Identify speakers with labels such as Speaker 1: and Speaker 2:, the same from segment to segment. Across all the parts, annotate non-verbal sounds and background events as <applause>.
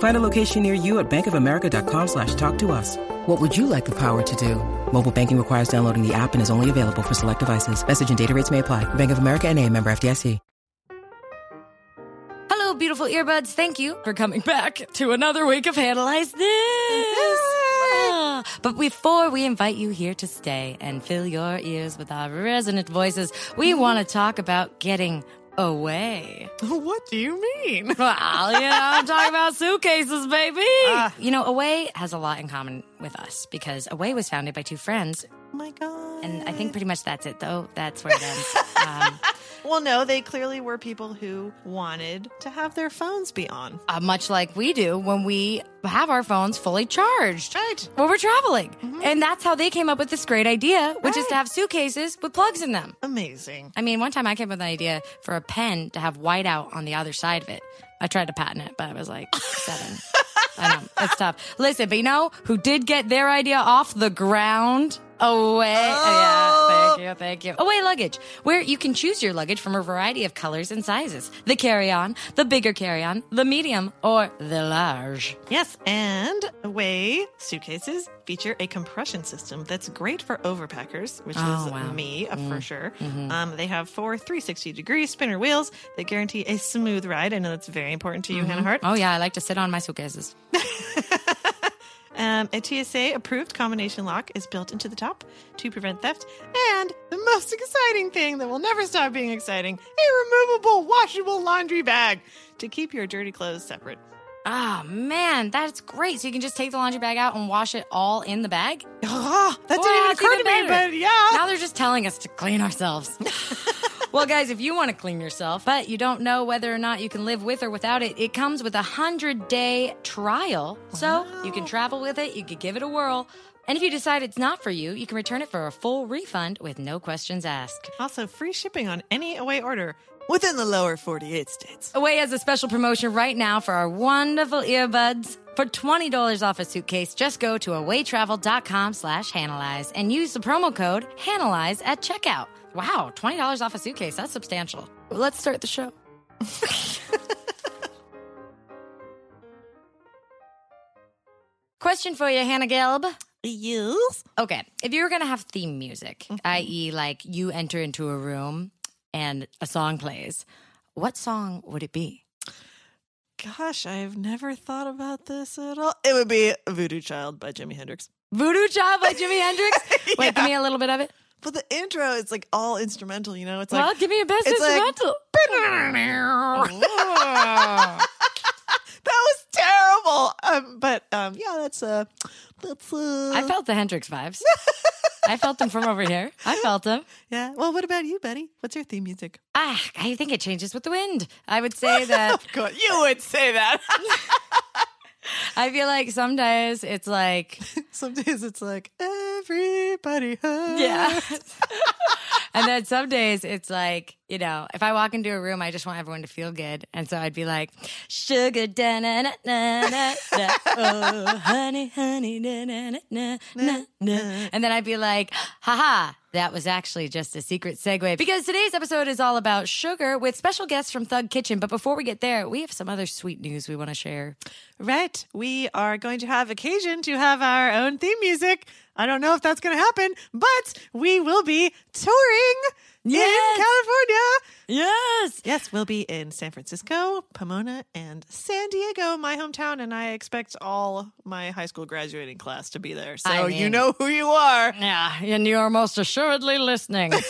Speaker 1: Find a location near you at bankofamerica.com slash talk to us. What would you like the power to do? Mobile banking requires downloading the app and is only available for select devices. Message and data rates may apply. Bank of America and a member FDIC.
Speaker 2: Hello, beautiful earbuds. Thank you for coming back to another week of Analyze This. Ah. But before we invite you here to stay and fill your ears with our resonant voices, we want to talk about getting away.
Speaker 3: What do you mean?
Speaker 2: Well, you know, I'm talking about suitcases, baby. you know, Away has a lot in common with us because Away was founded by two friends.
Speaker 3: Oh my god.
Speaker 2: And I think pretty much that's it, though. That's where it ends. Um,
Speaker 3: Well, no, they clearly were people who wanted to have their phones be on.
Speaker 2: uh, much like we do when we have our phones fully charged right. when we're traveling. And that's how they came up with this great idea, which is to have suitcases with plugs in them.
Speaker 3: Amazing.
Speaker 2: I mean, one time I came up with an idea for a pen to have whiteout on the other side of it. I tried to patent it, but I was like seven. I know, it's tough. Listen, but you know who did get their idea off the ground? Away. Oh, yeah, thank you, thank you. Away luggage, where you can choose your luggage from a variety of colors and sizes the carry on, the bigger carry on, the medium, or the large.
Speaker 3: Yes, and away suitcases feature a compression system that's great for overpackers, which
Speaker 2: Oh,
Speaker 3: is
Speaker 2: wow. Mm-hmm.
Speaker 3: me uh, for sure. Um, they have four 360 degree spinner wheels that guarantee a smooth ride. I know that's very important to you, Hannah Hart.
Speaker 2: Oh, yeah, I like to sit on my suitcases.
Speaker 3: Um, a TSA approved combination lock is built into the top to prevent theft. And the most exciting thing that will never stop being exciting a removable, washable laundry bag to keep your dirty clothes separate.
Speaker 2: Oh, man, that's great. So you can just take the laundry bag out and wash it all in the bag?
Speaker 3: Ah, that
Speaker 2: Wow,
Speaker 3: didn't even
Speaker 2: it's
Speaker 3: occur to
Speaker 2: even
Speaker 3: me,
Speaker 2: better.
Speaker 3: but yeah.
Speaker 2: Now they're just telling us to clean
Speaker 3: <laughs>
Speaker 2: ourselves. well, guys, if you want to clean yourself, but you don't know whether or not you can live with or without it, it comes with a 100 day trial. So you can travel with it, you could give it a whirl. And if you decide it's not for you, you can return it for a full refund with no questions asked.
Speaker 3: also, free shipping on any away order within the lower 48 states.
Speaker 2: Away has a special promotion right now for our wonderful earbuds. For $20 off a suitcase, just go to awaytravel.com slash Hanalyze and use the promo code Hanalyze at checkout. Wow, $20 off a suitcase. That's substantial. Let's start the show. <laughs> Question for you, Hannah Gelb.
Speaker 3: Yes.
Speaker 2: Okay, if you were gonna have theme music, i.e., like you enter into a room and a song plays, what song would it be?
Speaker 3: Gosh, I have never thought about this at all. It would be Voodoo Child by Jimi Hendrix.
Speaker 2: Voodoo Child by Jimi
Speaker 3: <laughs>
Speaker 2: Hendrix? Wait, give me a little bit of it.
Speaker 3: But the intro is like all instrumental, you know? It's
Speaker 2: well,
Speaker 3: like
Speaker 2: give me a best
Speaker 3: it's like- uh-huh.
Speaker 2: instrumental.
Speaker 3: <laughs> That was terrible. Um, but um, yeah, that's uh, that's uh,
Speaker 2: I felt the Hendrix
Speaker 3: <laughs>
Speaker 2: vibes. I felt them from over here. I felt them.
Speaker 3: yeah. Well, what about you, Betty? What's your theme music?
Speaker 2: Ah, I think it changes with the wind. I would say that
Speaker 3: <laughs> God, you would say that.
Speaker 2: I feel like some days it's like
Speaker 3: Some days it's like everybody hurts.
Speaker 2: Yeah. <laughs> and then some days it's like, you know, if I walk into a room, I just want everyone to feel good. And so I'd be like, sugar, da na na na na, na. oh, honey, honey, na na na na na na. And then I'd be like, haha. That was actually just a secret segue because today's episode is all about sugar with special guests from Thug Kitchen. But before we get there, we have some other sweet news we want to share.
Speaker 3: Right. We are going to have occasion to have our own theme music. I don't know if that's going to happen, but we will be touring
Speaker 2: Yes.
Speaker 3: in California.
Speaker 2: Yes.
Speaker 3: Yes, we'll be in San Francisco, Pomona, and San Diego, my hometown, and I expect all my high school graduating class to be there. So
Speaker 2: I
Speaker 3: you
Speaker 2: mean-
Speaker 3: know who you are.
Speaker 2: Yeah, and you're most assuredly listening. <laughs>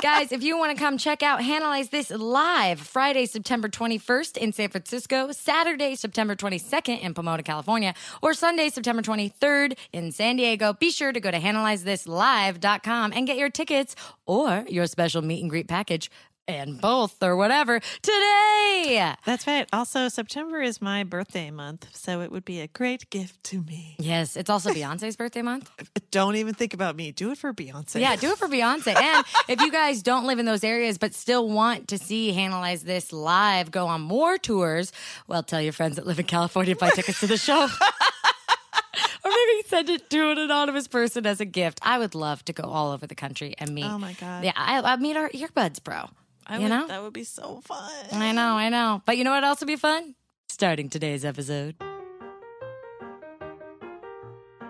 Speaker 2: Guys, if you want to come check out Hanalyze This live Friday, September 21st in San Francisco, Saturday, September 22nd in Pomona, California, or Sunday, September 23rd in San Diego, be sure to go to HanalyzeThisLive.com and get your tickets or your special meet and greet package and both or whatever today.
Speaker 3: That's right. Also, September is my birthday month, so it would be a great gift to me.
Speaker 2: Yes, it's also Beyonce's birthday month.
Speaker 3: Don't even think about me. Do it for Beyonce.
Speaker 2: Yeah, do it for Beyonce.
Speaker 3: <laughs>
Speaker 2: And if you guys don't live in those areas but still want to see Analyze This live, go on more tours. Well, tell your friends that live in California to buy tickets to the show.
Speaker 3: <laughs>
Speaker 2: or maybe send it to an anonymous person as a gift. I would love to go all over the country and meet.
Speaker 3: Oh my God.
Speaker 2: Yeah, I, I meet our earbuds, bro.
Speaker 3: I
Speaker 2: you
Speaker 3: would,
Speaker 2: know?
Speaker 3: That would be so fun.
Speaker 2: I know, I know. But you know what else would be fun? Starting today's episode.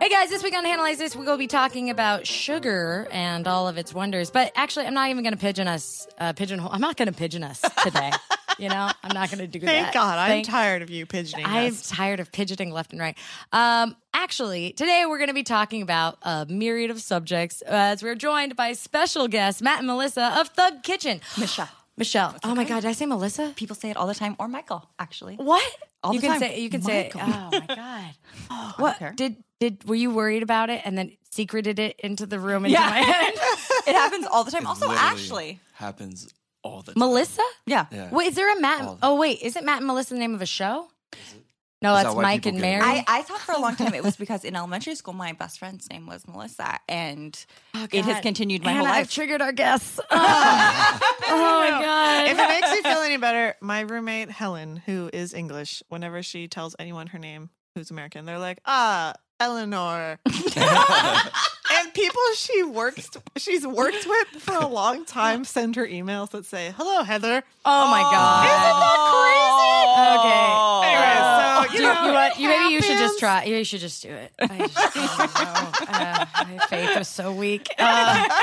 Speaker 2: Hey guys, this week on Analyze This, we will be talking about sugar and all of its wonders. But actually, I'm not even going to pigeon us, uh, pigeonhole. I'm not going to pigeon us
Speaker 3: <laughs>
Speaker 2: today. you know, I'm not going to do that.
Speaker 3: Thank God. I'm
Speaker 2: Thank-
Speaker 3: tired of you pigeoning
Speaker 2: I'm
Speaker 3: us.
Speaker 2: tired of fidgeting left and right. Um, actually, today we're going to be talking about a myriad of subjects as we're joined by special guests Matt and Melissa of Thug Kitchen.
Speaker 4: Michelle.
Speaker 2: Michelle. oh my God, did I say Melissa?
Speaker 4: People say it all the time, or Michael, actually.
Speaker 2: <laughs> What?
Speaker 4: All
Speaker 2: you
Speaker 4: the
Speaker 2: can
Speaker 4: time.
Speaker 2: say you can say it. Oh
Speaker 4: Michael.
Speaker 2: my god. what
Speaker 4: care.
Speaker 2: did did were you worried about it and then secreted it into the room into my head? <laughs>
Speaker 4: it happens all the time. Also,
Speaker 5: literally
Speaker 4: Ashley.
Speaker 5: happens all the time.
Speaker 2: Melissa?
Speaker 4: Yeah.
Speaker 5: Yeah.
Speaker 2: Wait, is there a Matt?
Speaker 5: All the-
Speaker 2: Oh wait, isn't Matt and Melissa the name of a show? No,
Speaker 5: Is
Speaker 2: that's
Speaker 5: that why
Speaker 2: Mike
Speaker 5: people
Speaker 2: and
Speaker 5: get it
Speaker 2: Mary.
Speaker 5: wrong?
Speaker 4: I, I thought for a long time it was because in elementary school, my best friend's name was Melissa, and it has
Speaker 2: Oh, God.
Speaker 4: continued my
Speaker 2: Anna,
Speaker 4: whole
Speaker 2: I've
Speaker 4: life.
Speaker 2: triggered our guests. <laughs> Oh, Oh my god.
Speaker 3: if it makes you <laughs> feel any better, my roommate Helen, who is English, whenever she tells anyone her name who's American, they're like, ah,
Speaker 5: <laughs>
Speaker 3: Eleanor. and people she works she's worked with for a long time send her emails that say, Hello, Heather.
Speaker 2: Oh my god.
Speaker 4: Oh.
Speaker 2: Okay.
Speaker 3: Anyway, so
Speaker 2: Do
Speaker 3: you
Speaker 2: you,
Speaker 3: know,
Speaker 2: you want-
Speaker 3: it
Speaker 2: you- maybe you should just
Speaker 3: happens.
Speaker 2: try. You should just do it. I just, I don't know. Uh, my faith was so weak. Uh,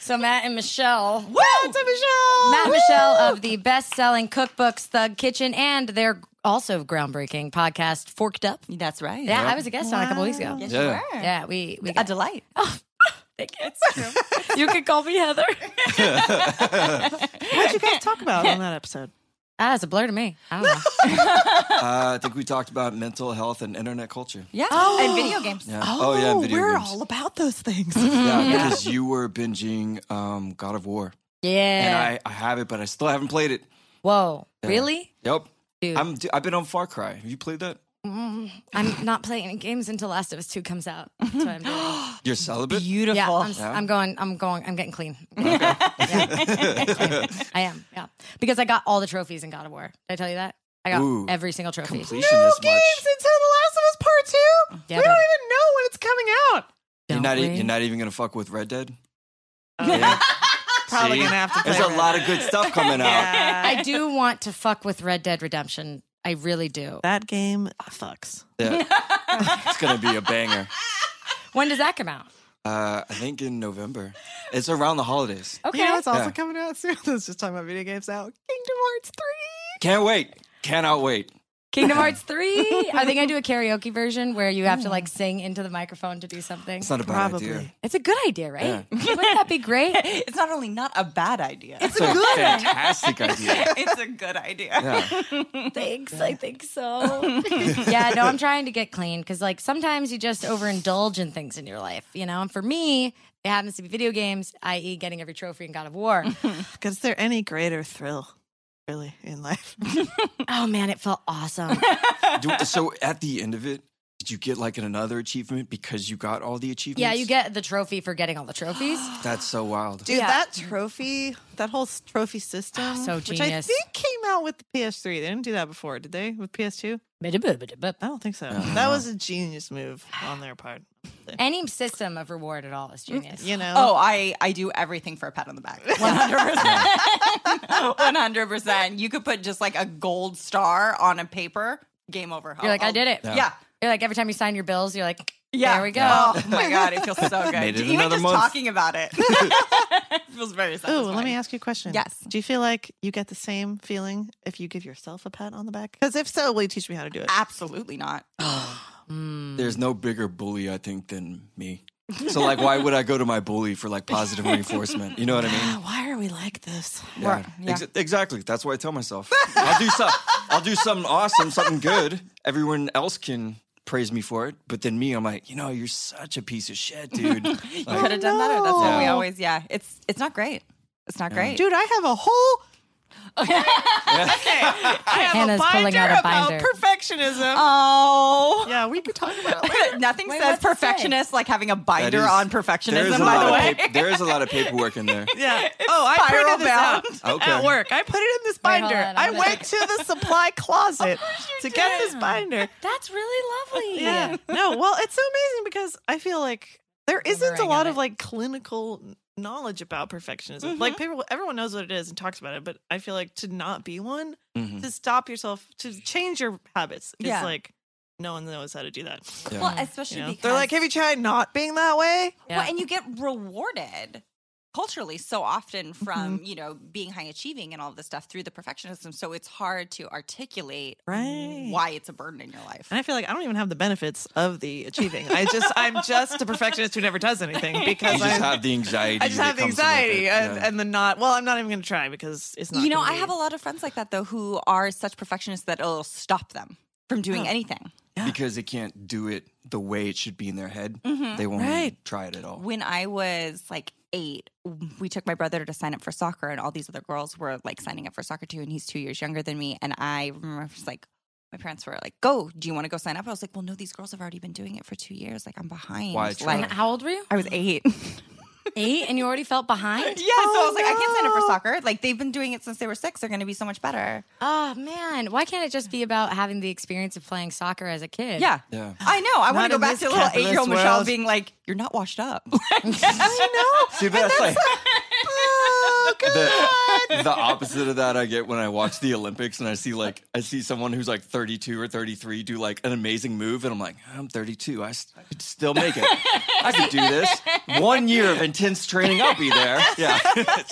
Speaker 2: so Matt and Michelle.
Speaker 3: Woo! To Michelle.
Speaker 2: Matt and Michelle of the best-selling cookbooks Thug Kitchen and their also groundbreaking podcast Forked Up.
Speaker 4: That's right.
Speaker 2: Yeah, I was a guest on it a couple weeks ago.
Speaker 4: Yes,
Speaker 5: Yeah.
Speaker 4: you were.
Speaker 2: Yeah, Oh. we we
Speaker 4: A
Speaker 2: got,
Speaker 4: delight.
Speaker 2: <laughs> you could call me Heather.
Speaker 3: What did you guys talk about on that episode?
Speaker 2: Ah, it's a blur to me. I
Speaker 3: <laughs>
Speaker 2: don't know.
Speaker 5: Uh, I think we talked about mental health and internet culture.
Speaker 4: Yeah. And video games.
Speaker 5: Yeah. Oh, yeah, and video
Speaker 3: we're
Speaker 5: games.
Speaker 3: all about those <laughs> things.
Speaker 5: yeah, because you were binging um, God of War, and
Speaker 2: Yeah.
Speaker 5: I, I have it, but I still haven't played it.
Speaker 2: Whoa. Really?
Speaker 5: Yep.
Speaker 2: Dude.
Speaker 5: I'm. I've been on Far Cry. Have you played that?
Speaker 2: I'm not playing any games until Last of Us Two comes out. That's what I'm
Speaker 5: <gasps>
Speaker 2: doing.
Speaker 5: You're celibate.
Speaker 4: Beautiful.
Speaker 2: Yeah, I'm, s
Speaker 5: Yeah.
Speaker 2: am going. I'm going. I'm getting
Speaker 5: <laughs>
Speaker 2: clean. Yeah. I am. Yeah, because I got all the trophies in God of War. Did I tell you that? I got
Speaker 5: Ooh.
Speaker 2: every single trophy.
Speaker 5: Completion this much.
Speaker 3: until The Last of Us Part Two.
Speaker 2: Yeah,
Speaker 3: we
Speaker 2: but-
Speaker 3: don't even know when it's coming out.
Speaker 5: You're not.
Speaker 2: we?
Speaker 5: E- you're not even gonna fuck with Red Dead.
Speaker 3: Probably
Speaker 5: See?
Speaker 3: gonna have to play
Speaker 5: There's a
Speaker 3: Red
Speaker 5: lot of good stuff coming out.
Speaker 2: I do want to fuck with Red Dead Redemption. I really do.
Speaker 3: That game ah, fucks.
Speaker 5: Yeah. it's gonna be a banger.
Speaker 2: When does that come out?
Speaker 5: Uh, I think in November. It's around the holidays.
Speaker 2: Okay.
Speaker 3: You know what's also
Speaker 5: Yeah.
Speaker 3: coming out soon? <laughs> Let's just talk about video games now. Kingdom Hearts 3.
Speaker 5: Can't wait. Cannot wait.
Speaker 2: Kingdom Hearts
Speaker 5: <laughs>
Speaker 2: 3. I think I do a karaoke version where you
Speaker 5: Mm.
Speaker 2: have to like sing into the microphone to do something.
Speaker 5: It's not a bad idea.
Speaker 2: It's a good idea, right? Wouldn't that be great?
Speaker 5: <laughs>
Speaker 4: It's not only not a bad idea, <laughs>
Speaker 5: It's a fantastic idea.
Speaker 4: it's a good idea.
Speaker 5: Yeah.
Speaker 2: Thanks. I think so. <laughs> yeah, no, I'm trying to get clean because, like, sometimes you just overindulge in things in your life, you know? And for me, it happens to be video games, i.e., getting every trophy in God of War. <laughs>
Speaker 3: Is there any greater thrill, really, in life? <laughs>
Speaker 2: oh, man, it felt <laughs> awesome.
Speaker 5: Do- so at the end of it, did you get like another achievement because you got all the achievements?
Speaker 2: yeah, you get the trophy for getting all the <gasps> trophies.
Speaker 5: That's so wild.
Speaker 3: Dude,
Speaker 2: Yeah.
Speaker 3: that trophy, that whole s- trophy system,
Speaker 2: so
Speaker 3: which I
Speaker 2: genius.
Speaker 3: think came out with the PS3. They didn't do that before, did they? With PS2? I don't think so. That was a genius move on their part.
Speaker 2: Any system of reward at all is genius. <sighs>
Speaker 3: You know,
Speaker 4: <laughs> Oh, I, I do everything for a pat on the back.
Speaker 2: <laughs>
Speaker 4: 100%. 100%. You could put just like a gold star on a paper, game over.
Speaker 2: You're like,
Speaker 4: I'll-
Speaker 2: I did it.
Speaker 5: Yeah.
Speaker 4: Yeah.
Speaker 2: You're like, every time you sign your bills, you're like,
Speaker 4: Yeah.
Speaker 2: there we go. <laughs>
Speaker 4: <laughs> Oh my God. It
Speaker 5: <laughs>
Speaker 4: feels so good.
Speaker 5: Made it
Speaker 4: Even
Speaker 5: another
Speaker 4: just
Speaker 5: month.
Speaker 4: talking about
Speaker 5: <laughs>
Speaker 4: it. it feels very
Speaker 3: Ooh,
Speaker 4: satisfying.
Speaker 3: let me ask you a question.
Speaker 4: Yes.
Speaker 3: Do you feel like you get the same feeling if you give yourself a pat on the back? Because if so, will you teach me how to do it?
Speaker 4: Absolutely not.
Speaker 5: There's no bigger bully, I think, than me. So like, why would I go to my bully for like positive reinforcement? You know what I mean?
Speaker 3: Why are we like this?
Speaker 5: Yeah. Ex- exactly. That's what I tell myself. I'll do some. I'll do something awesome, something good. Everyone else can praise me for it, but then me, I'm like, you know, you're such a piece of shit, dude. Like,
Speaker 4: Could have done better. That's what we
Speaker 3: no.
Speaker 4: always, yeah. It's it's not great. It's not great.
Speaker 3: Dude, I have a whole
Speaker 2: <laughs>
Speaker 3: I have
Speaker 2: Hannah's
Speaker 3: a
Speaker 2: pulling
Speaker 3: binder
Speaker 2: out a
Speaker 3: about
Speaker 2: binder.
Speaker 3: perfectionism.
Speaker 4: <laughs> Oh.
Speaker 3: yeah, we could talk about
Speaker 2: <laughs>
Speaker 3: it.
Speaker 4: Nothing
Speaker 2: Wait,
Speaker 4: says
Speaker 2: what's it say?
Speaker 4: perfectionist like having a binder
Speaker 5: is-
Speaker 4: on
Speaker 5: There is
Speaker 4: perfectionism,
Speaker 5: a
Speaker 4: by
Speaker 5: lot
Speaker 4: the
Speaker 5: of
Speaker 4: way.
Speaker 5: pap- there is a lot of paperwork in there.
Speaker 3: Yeah. oh, I
Speaker 4: spiral
Speaker 3: printed this out <laughs>
Speaker 5: bound.
Speaker 3: at
Speaker 5: Okay.
Speaker 3: work. I put it in this
Speaker 2: Wait, hold
Speaker 3: binder.
Speaker 2: on,
Speaker 3: I
Speaker 2: I'm gonna-
Speaker 3: went to
Speaker 2: <laughs>
Speaker 3: the supply closet to get this binder.
Speaker 2: That's really <laughs> lovely.
Speaker 3: Yeah. no, well, it's so amazing because I feel like there isn't a
Speaker 2: Remembering
Speaker 3: lot
Speaker 2: of
Speaker 3: of
Speaker 2: it.
Speaker 3: like clinical n- knowledge about perfectionism. Like people everyone knows what it is and talks about it, but I feel like to not be one,
Speaker 5: Mhm.
Speaker 3: to stop yourself, to change your habits is
Speaker 4: Yeah.
Speaker 3: like no one knows how to do that.
Speaker 5: Yeah.
Speaker 4: Well,
Speaker 3: You
Speaker 4: especially
Speaker 3: know?
Speaker 4: because
Speaker 3: They're like, have you tried not being that way?
Speaker 4: Well, and you get rewarded culturally so often from,
Speaker 5: Mm-hmm.
Speaker 4: you know, being high achieving and all of this stuff through the perfectionism. So it's hard to articulate
Speaker 3: Right.
Speaker 4: why it's a burden in your life.
Speaker 3: And I feel like I don't even have the benefits of the achieving. I just I'm just a perfectionist who never does anything because
Speaker 5: You
Speaker 3: I'm-
Speaker 5: just have the anxiety.
Speaker 3: I just
Speaker 5: that
Speaker 3: have the
Speaker 5: comes with it.
Speaker 3: anxiety and,
Speaker 5: Yeah.
Speaker 3: and the not. Well, I'm not even going to try because it's not.
Speaker 4: You know,
Speaker 3: gonna
Speaker 4: I
Speaker 3: be-
Speaker 4: have a lot of friends like that though who are such perfectionists that it'll stop them from doing anything.
Speaker 5: because they can't do it the way it should be in their head,
Speaker 3: Mm-hmm.
Speaker 5: they won't even try it at all.
Speaker 4: When I was like eight, we took my brother to sign up for soccer, and all these other girls were like signing up for soccer too, and he's two years younger than me. And I remember just like, my parents were like, "Go, do you want to go sign up?" I was like, "Well, no, these girls have already been doing it for two years. Like, I'm behind.
Speaker 5: Why try?
Speaker 4: Like,
Speaker 2: How old were you?
Speaker 4: I was
Speaker 3: <laughs>
Speaker 4: eight. <laughs>
Speaker 2: Eight, and you already felt <laughs> behind?
Speaker 4: Yeah, so I
Speaker 3: Oh,
Speaker 4: was like, I can't sign up for soccer. Like they've been doing it since they were six. They're going to be so much better.
Speaker 2: Oh, man. Why can't it just be about having the experience of playing soccer as a kid?
Speaker 4: Yeah,
Speaker 5: Yeah.
Speaker 4: I know. I
Speaker 3: Not
Speaker 4: want to
Speaker 3: in
Speaker 4: go back
Speaker 3: this
Speaker 4: to little
Speaker 3: capitalist
Speaker 4: eight-year-old Michelle
Speaker 3: world.
Speaker 4: being like, "You're not washed up."
Speaker 3: <laughs> I know.
Speaker 5: See, but that's like
Speaker 3: oh,
Speaker 5: <laughs> the, the opposite of that I get when I watch the Olympics and I see like I see someone who's like 32 or 33 do like an amazing move and I'm like I'm 32 I, s- I could still make it I could do this one year of intense training I'll be there
Speaker 3: <laughs>
Speaker 5: yeah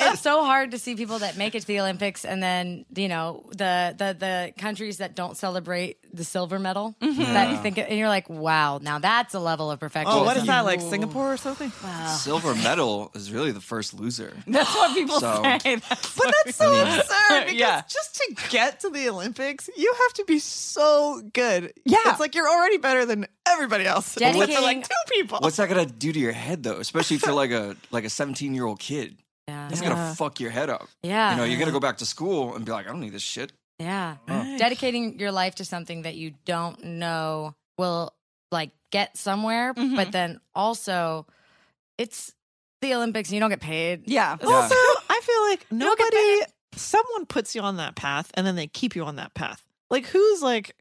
Speaker 2: It's so hard to see people that make it to the Olympics and then, you know, the the, the countries that don't celebrate the silver medal that you think, and you're like, wow, now that's a level of perfection.
Speaker 3: Oh, what is that like Singapore or something?
Speaker 5: silver medal is really the first loser
Speaker 4: That's what people
Speaker 5: So-
Speaker 4: say.
Speaker 3: But that's so absurd because
Speaker 4: Yeah.
Speaker 3: just to get to the Olympics, you have to be so good.
Speaker 4: Yeah.
Speaker 3: It's like you're already better than everybody else. <laughs> except for
Speaker 2: Dedicating-
Speaker 3: like two people.
Speaker 5: what's that gonna do to your head though especially for like a like a 17 year old kid
Speaker 2: Yeah.
Speaker 5: that's gonna fuck your head up
Speaker 2: Yeah.
Speaker 5: you know you're gonna go back to school and be like I don't need this shit
Speaker 2: Yeah. Dedicating your life to something that you don't know will like get somewhere, but then also it's the Olympics and you don't get paid.
Speaker 4: Yeah.
Speaker 5: Yeah.
Speaker 3: <laughs> Also, I feel like
Speaker 2: don't get
Speaker 3: nobody, someone puts you on that path and then they keep you on that path. Like, who's like,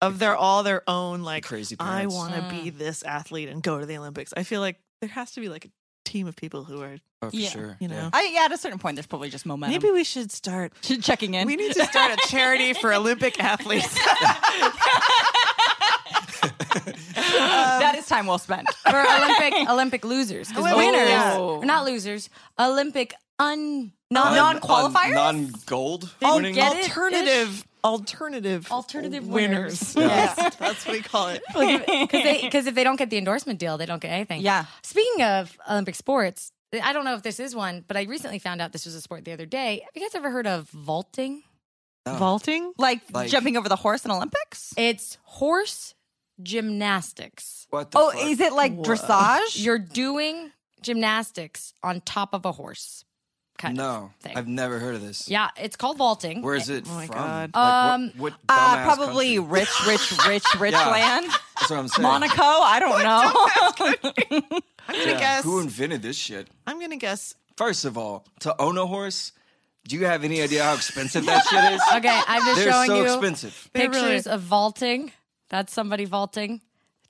Speaker 3: of their all their own, like,
Speaker 5: crazy
Speaker 3: I
Speaker 5: parents.
Speaker 3: want to be this athlete and go to the Olympics. I feel like there has to be like a team of people who are,
Speaker 5: oh, for
Speaker 4: Yeah.
Speaker 5: sure
Speaker 3: you know,
Speaker 4: I, yeah, at a certain point, there's probably just momentum. <laughs>
Speaker 3: maybe we should start.
Speaker 4: checking in.
Speaker 3: We need <laughs> to start a charity for Olympic <laughs> athletes. Um,
Speaker 4: Uh,
Speaker 3: um,
Speaker 4: that is time well spent.
Speaker 2: Or Olympic Olympic losers. 'cause
Speaker 3: Olympic-
Speaker 2: winners
Speaker 3: yeah.
Speaker 2: or not losers. Olympic un
Speaker 5: Uh,
Speaker 4: Non- non-qualifiers?
Speaker 5: non gold uh, winning
Speaker 2: Uh, get it?
Speaker 3: alternative alternative
Speaker 2: Alternative winners.
Speaker 3: <laughs> Yes, that's what we call it.
Speaker 2: because they because if they don't get the endorsement deal, they don't get anything.
Speaker 4: Yeah.
Speaker 2: Speaking of Olympic sports, I don't know if this is one, but I recently found out this was a sport the other day. Have you guys ever heard of vaulting?
Speaker 3: <laughs> Vaulting.
Speaker 4: <laughs> Like,
Speaker 5: Like-
Speaker 4: jumping over the horse in Olympics?
Speaker 2: It's horse gymnastics.
Speaker 5: What the
Speaker 4: Oh,
Speaker 5: fuck?
Speaker 4: is it like dressage?
Speaker 2: You're doing gymnastics on top of a horse. Kind
Speaker 5: No,
Speaker 2: Of thing.
Speaker 5: I've never heard of this.
Speaker 2: yeah, it's called vaulting.
Speaker 5: Where is it
Speaker 3: my
Speaker 5: from?
Speaker 3: God.
Speaker 5: Like,
Speaker 2: Um,
Speaker 5: what, what
Speaker 4: Uh,
Speaker 5: dumbass
Speaker 4: probably
Speaker 5: country?
Speaker 4: rich, rich, rich, rich
Speaker 5: <laughs> Yeah.
Speaker 4: land.
Speaker 5: That's what I'm saying.
Speaker 4: Monaco? I don't know.
Speaker 3: I'm gonna
Speaker 5: Yeah,
Speaker 3: guess.
Speaker 5: Who invented this shit?
Speaker 3: I'm gonna guess.
Speaker 5: First of all, to own a horse, do you have any idea how expensive that shit is?
Speaker 2: Okay, I'm just
Speaker 5: They're
Speaker 2: showing
Speaker 5: so
Speaker 2: you
Speaker 5: expensive.
Speaker 3: They
Speaker 2: pictures
Speaker 3: really-
Speaker 2: of vaulting. That's somebody vaulting.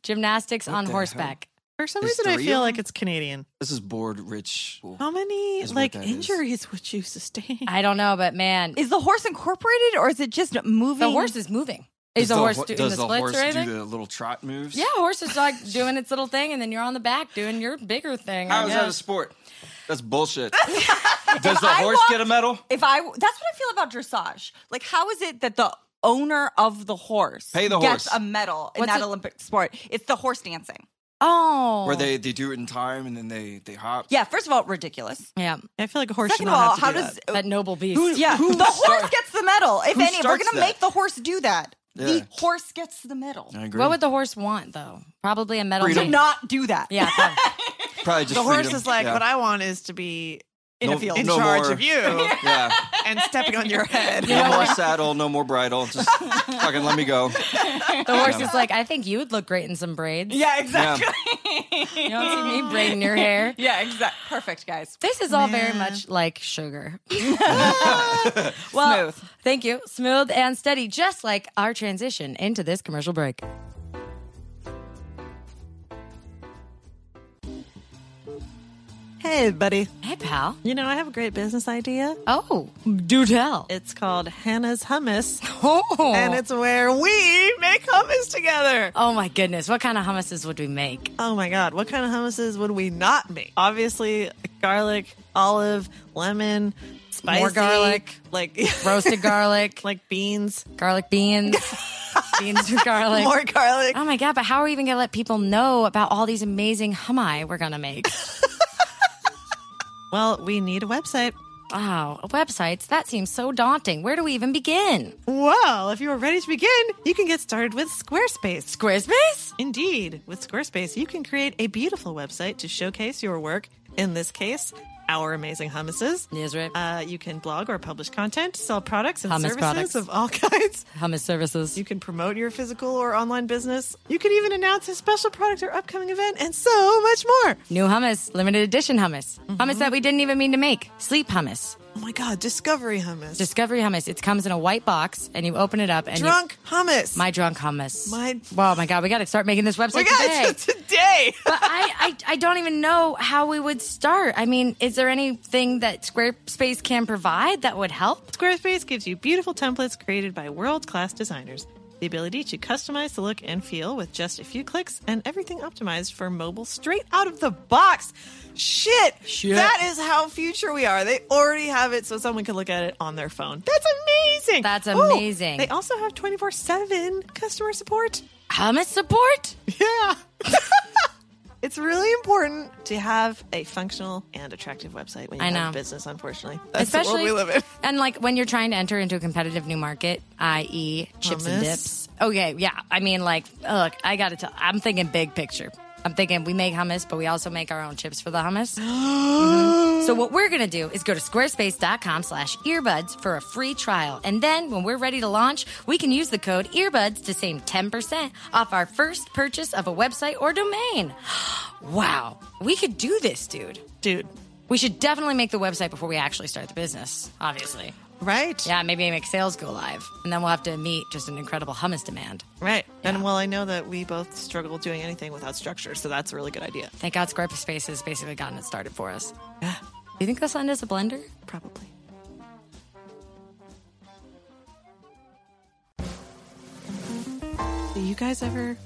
Speaker 2: Gymnastics on
Speaker 5: the
Speaker 2: horseback.
Speaker 3: For some
Speaker 5: There's
Speaker 3: reason, I
Speaker 5: three
Speaker 3: feel
Speaker 5: of
Speaker 3: like
Speaker 5: them?
Speaker 3: it's Canadian.
Speaker 5: This is bored rich.
Speaker 3: How many
Speaker 5: Is what
Speaker 3: like
Speaker 5: that is.
Speaker 3: injuries would you sustain?
Speaker 2: I don't know, but man,
Speaker 4: is the horse incorporated or is it just moving?
Speaker 2: the horse is moving. Is the, horse
Speaker 5: ho-
Speaker 2: doing
Speaker 5: does
Speaker 2: the
Speaker 5: the
Speaker 2: splits
Speaker 5: horse
Speaker 2: or anything?
Speaker 5: do the little trot moves?
Speaker 2: yeah, horse is like doing its little thing, and then you're on the back doing your bigger thing. I
Speaker 5: How is that a
Speaker 2: guess.
Speaker 5: sport?
Speaker 2: <laughs>
Speaker 5: That's bullshit. does the
Speaker 4: I
Speaker 5: horse
Speaker 4: walked-
Speaker 5: get a medal?
Speaker 4: If I, that's what I feel about dressage. Like, how is it that the owner of the horse
Speaker 5: Pay the
Speaker 4: gets
Speaker 5: horse.
Speaker 4: a medal in
Speaker 2: What's
Speaker 4: that
Speaker 2: it-
Speaker 4: Olympic sport? It's the horse dancing.
Speaker 2: oh,
Speaker 5: Where they, they do it in time and then they, they hop?
Speaker 4: Yeah, first of all, ridiculous.
Speaker 2: yeah,
Speaker 3: I feel like a horse.
Speaker 4: Second
Speaker 3: should
Speaker 4: of
Speaker 3: not
Speaker 4: all,
Speaker 3: have to
Speaker 4: how
Speaker 3: do
Speaker 4: does
Speaker 3: that.
Speaker 2: that noble beast.
Speaker 4: Yeah,
Speaker 5: Who
Speaker 4: the horse
Speaker 5: start-
Speaker 4: gets the medal. If
Speaker 5: who
Speaker 4: any, if we're
Speaker 5: starts
Speaker 4: gonna
Speaker 5: that?
Speaker 4: make the horse do that.
Speaker 5: Yeah.
Speaker 4: The horse gets the medal.
Speaker 5: I agree.
Speaker 2: What would the horse want though? Probably a medal.
Speaker 5: Freedom.
Speaker 4: Not do that.
Speaker 2: Yeah. probably.
Speaker 5: Probably just
Speaker 3: the horse
Speaker 5: freedom.
Speaker 3: is like,
Speaker 5: Yeah.
Speaker 3: what I want is to be
Speaker 4: in
Speaker 5: no,
Speaker 4: a field.
Speaker 3: in
Speaker 5: no
Speaker 3: charge
Speaker 5: more,
Speaker 3: of <laughs>
Speaker 2: <laughs>
Speaker 3: you
Speaker 5: Yeah.
Speaker 3: and stepping on <laughs> your head.
Speaker 5: No more saddle, no more
Speaker 2: <laughs>
Speaker 5: bridle. Just fucking let me go.
Speaker 2: The horse is like, I think you would look great in some braids.
Speaker 4: Yeah,
Speaker 5: exactly.
Speaker 2: You don't see me braiding
Speaker 5: <laughs>
Speaker 2: your hair.
Speaker 4: <laughs> yeah, exactly. Perfect, guys.
Speaker 2: This is all very much like sugar. well,
Speaker 4: Smooth.
Speaker 2: thank you. Smooth and steady, just like our transition into this commercial break.
Speaker 3: Hey, buddy.
Speaker 2: Hey, pal.
Speaker 3: You know, I have a great business idea.
Speaker 2: Oh, do tell.
Speaker 3: It's called Hannah's Hummus,
Speaker 2: Oh.
Speaker 3: and it's where we make hummus together.
Speaker 2: oh my goodness. What kind of hummuses would we make?
Speaker 3: Oh my God, what kind of hummuses would we not make? Obviously, garlic, olive, lemon, spicy.
Speaker 2: garlic.
Speaker 3: Like, <laughs>
Speaker 2: Roasted <laughs> garlic,
Speaker 3: like beans.
Speaker 2: garlic <laughs> beans, beans with garlic.
Speaker 3: More garlic.
Speaker 2: Oh my God, but how are we even going to let people know about all these amazing hummus we're going to <laughs> make?
Speaker 3: Well, we need a website.
Speaker 2: Wow, websites, that seems so daunting. Where do we even begin?
Speaker 3: Well, if you are ready to begin, you can get started with Squarespace.
Speaker 2: Squarespace?
Speaker 3: Indeed, with Squarespace, you can create a beautiful website to showcase your work, in this case, our amazing hummuses.
Speaker 2: Yes, right.
Speaker 3: Uh, you can blog or publish content, sell products and
Speaker 2: Hummus
Speaker 3: services
Speaker 2: products.
Speaker 3: of all <laughs> kinds.
Speaker 2: hummus services.
Speaker 3: You can promote your physical or online business. You can even announce a special product or upcoming event, and so much more.
Speaker 2: New hummus, limited edition hummus. Hummus that we didn't even mean to make. Sleep hummus.
Speaker 3: Oh my God, discovery hummus.
Speaker 2: Discovery hummus. It comes in a white box and you open it up and you-
Speaker 3: Drunk hummus.
Speaker 2: my drunk hummus.
Speaker 3: My-
Speaker 2: Oh my god, we got to start making this website
Speaker 3: we got
Speaker 2: today.
Speaker 3: it <laughs> today.
Speaker 2: but <laughs> I, I I don't even know how we would start. I mean, is there anything that Squarespace can provide that would help?
Speaker 3: Squarespace gives you beautiful templates created by world class designers. The ability to customize the look and feel with just a few clicks and everything optimized for mobile straight out of the box. Shit!
Speaker 2: Shit.
Speaker 3: That is how future we are. They already have it so someone can look at it on their phone. That's amazing!
Speaker 2: That's
Speaker 3: Ooh,
Speaker 2: amazing.
Speaker 3: they also have 24 7 customer support.
Speaker 2: Hummus support?
Speaker 3: Yeah. <laughs> It's really important to have a functional and attractive website when you
Speaker 2: I
Speaker 3: have
Speaker 2: know.
Speaker 3: a business, unfortunately. That's the world we live in. <laughs>
Speaker 2: And like when you're trying to enter into a competitive new market, i.e., chips and
Speaker 3: Hummus.
Speaker 2: dips. Okay, yeah. I mean, like, look, I gotta tell. I'm thinking big picture. I'm thinking we make hummus, but we also make our own chips for the
Speaker 3: <gasps>
Speaker 2: hummus. Mhm. So what we're gonna do is go to squarespace.com/earbuds for a free trial, and then when we're ready to launch, we can use the code earbuds to save 10% off our first purchase of a website or domain. <gasps> wow, we could do this, dude.
Speaker 3: Dude,
Speaker 2: We should definitely make the website before we actually start the business, obviously.
Speaker 3: right?
Speaker 2: Yeah, maybe make sales go live. And then we'll have to meet just an incredible hummus demand.
Speaker 3: Right. And well, I know that we both struggle doing anything without structure, so that's a really good idea.
Speaker 2: Thank God Squarespace has basically gotten it started for us. Yeah. You think they'll send us a blender?
Speaker 3: Probably. Do you guys ever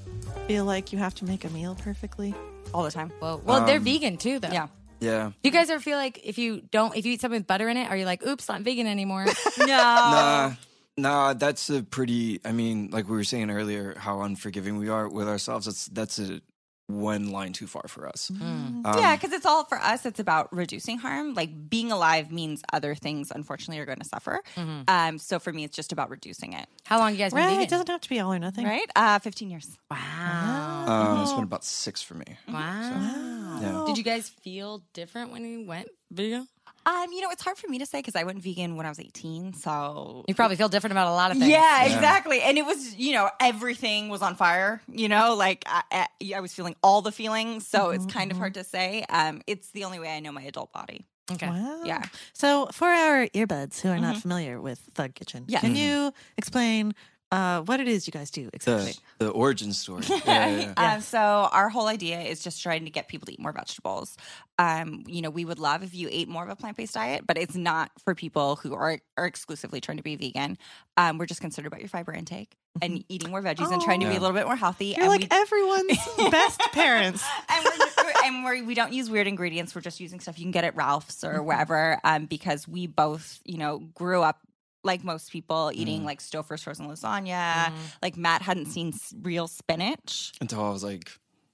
Speaker 3: feel like you have to make a meal perfectly?
Speaker 4: All the time.
Speaker 2: Well, well, they're vegan too, though.
Speaker 4: Yeah.
Speaker 5: Yeah.
Speaker 2: Do you guys ever feel like if you don't, if you eat something with butter in it, are you like, oops, not vegan anymore? Um,
Speaker 5: Nah, nah, that's a pretty. I mean, like we were saying earlier, how unforgiving we are with ourselves. That's that's a one line too far for us.
Speaker 2: Hmm.
Speaker 5: Um,
Speaker 4: yeah, because it's all for us. It's about reducing harm. Like being alive means other things, unfortunately, are going to suffer. Um, so for me, it's just about reducing it.
Speaker 2: <laughs> How long you guys been
Speaker 3: Right.
Speaker 2: vegan?
Speaker 3: It doesn't have to be all or nothing.
Speaker 4: Right? Uh, Fifteen years.
Speaker 2: wow.
Speaker 5: um, it's been about six for me.
Speaker 2: Wow.
Speaker 5: Yeah.
Speaker 2: Did you guys feel different when you went vegan?
Speaker 4: Um, you know, it's hard for me to say because I went vegan when I was eighteen. So
Speaker 2: You probably feel different about a lot of things.
Speaker 4: Yeah, exactly. And it was, you know, everything was on fire. You know, like I, I- I was feeling all the feelings. So it's
Speaker 5: Mm-hmm.
Speaker 4: kind of hard to say. Um, it's the only way I know my adult body.
Speaker 2: Okay.
Speaker 3: Wow.
Speaker 4: Yeah.
Speaker 3: So, for our earbuds who are not familiar with Thug Kitchen,
Speaker 4: Yeah.
Speaker 3: can you explain uh, what it is you guys do exactly?
Speaker 5: The, the
Speaker 4: <laughs>
Speaker 5: origin story. <laughs> Yeah, yeah, yeah.
Speaker 4: Um, so our whole idea is just trying to get people to eat more vegetables. Um, you know, we would love if you ate more of a plant based diet, but it's not for people who are are exclusively trying to be vegan. Um, we're just concerned about your fiber intake
Speaker 5: Mm-hmm.
Speaker 4: and eating more veggies and trying to be
Speaker 5: Yeah.
Speaker 4: a little bit more healthy.
Speaker 3: You're
Speaker 4: and
Speaker 3: like
Speaker 4: we-
Speaker 3: everyone's <laughs> best parents.
Speaker 4: <laughs> and we're, and we're, we don't use weird ingredients. We're just using stuff you can get at Ralph's or wherever um, because we both, you know, grew up like most people eating like Stouffer's frozen lasagna. Like Matt hadn't seen s- real spinach.
Speaker 5: Until I was like,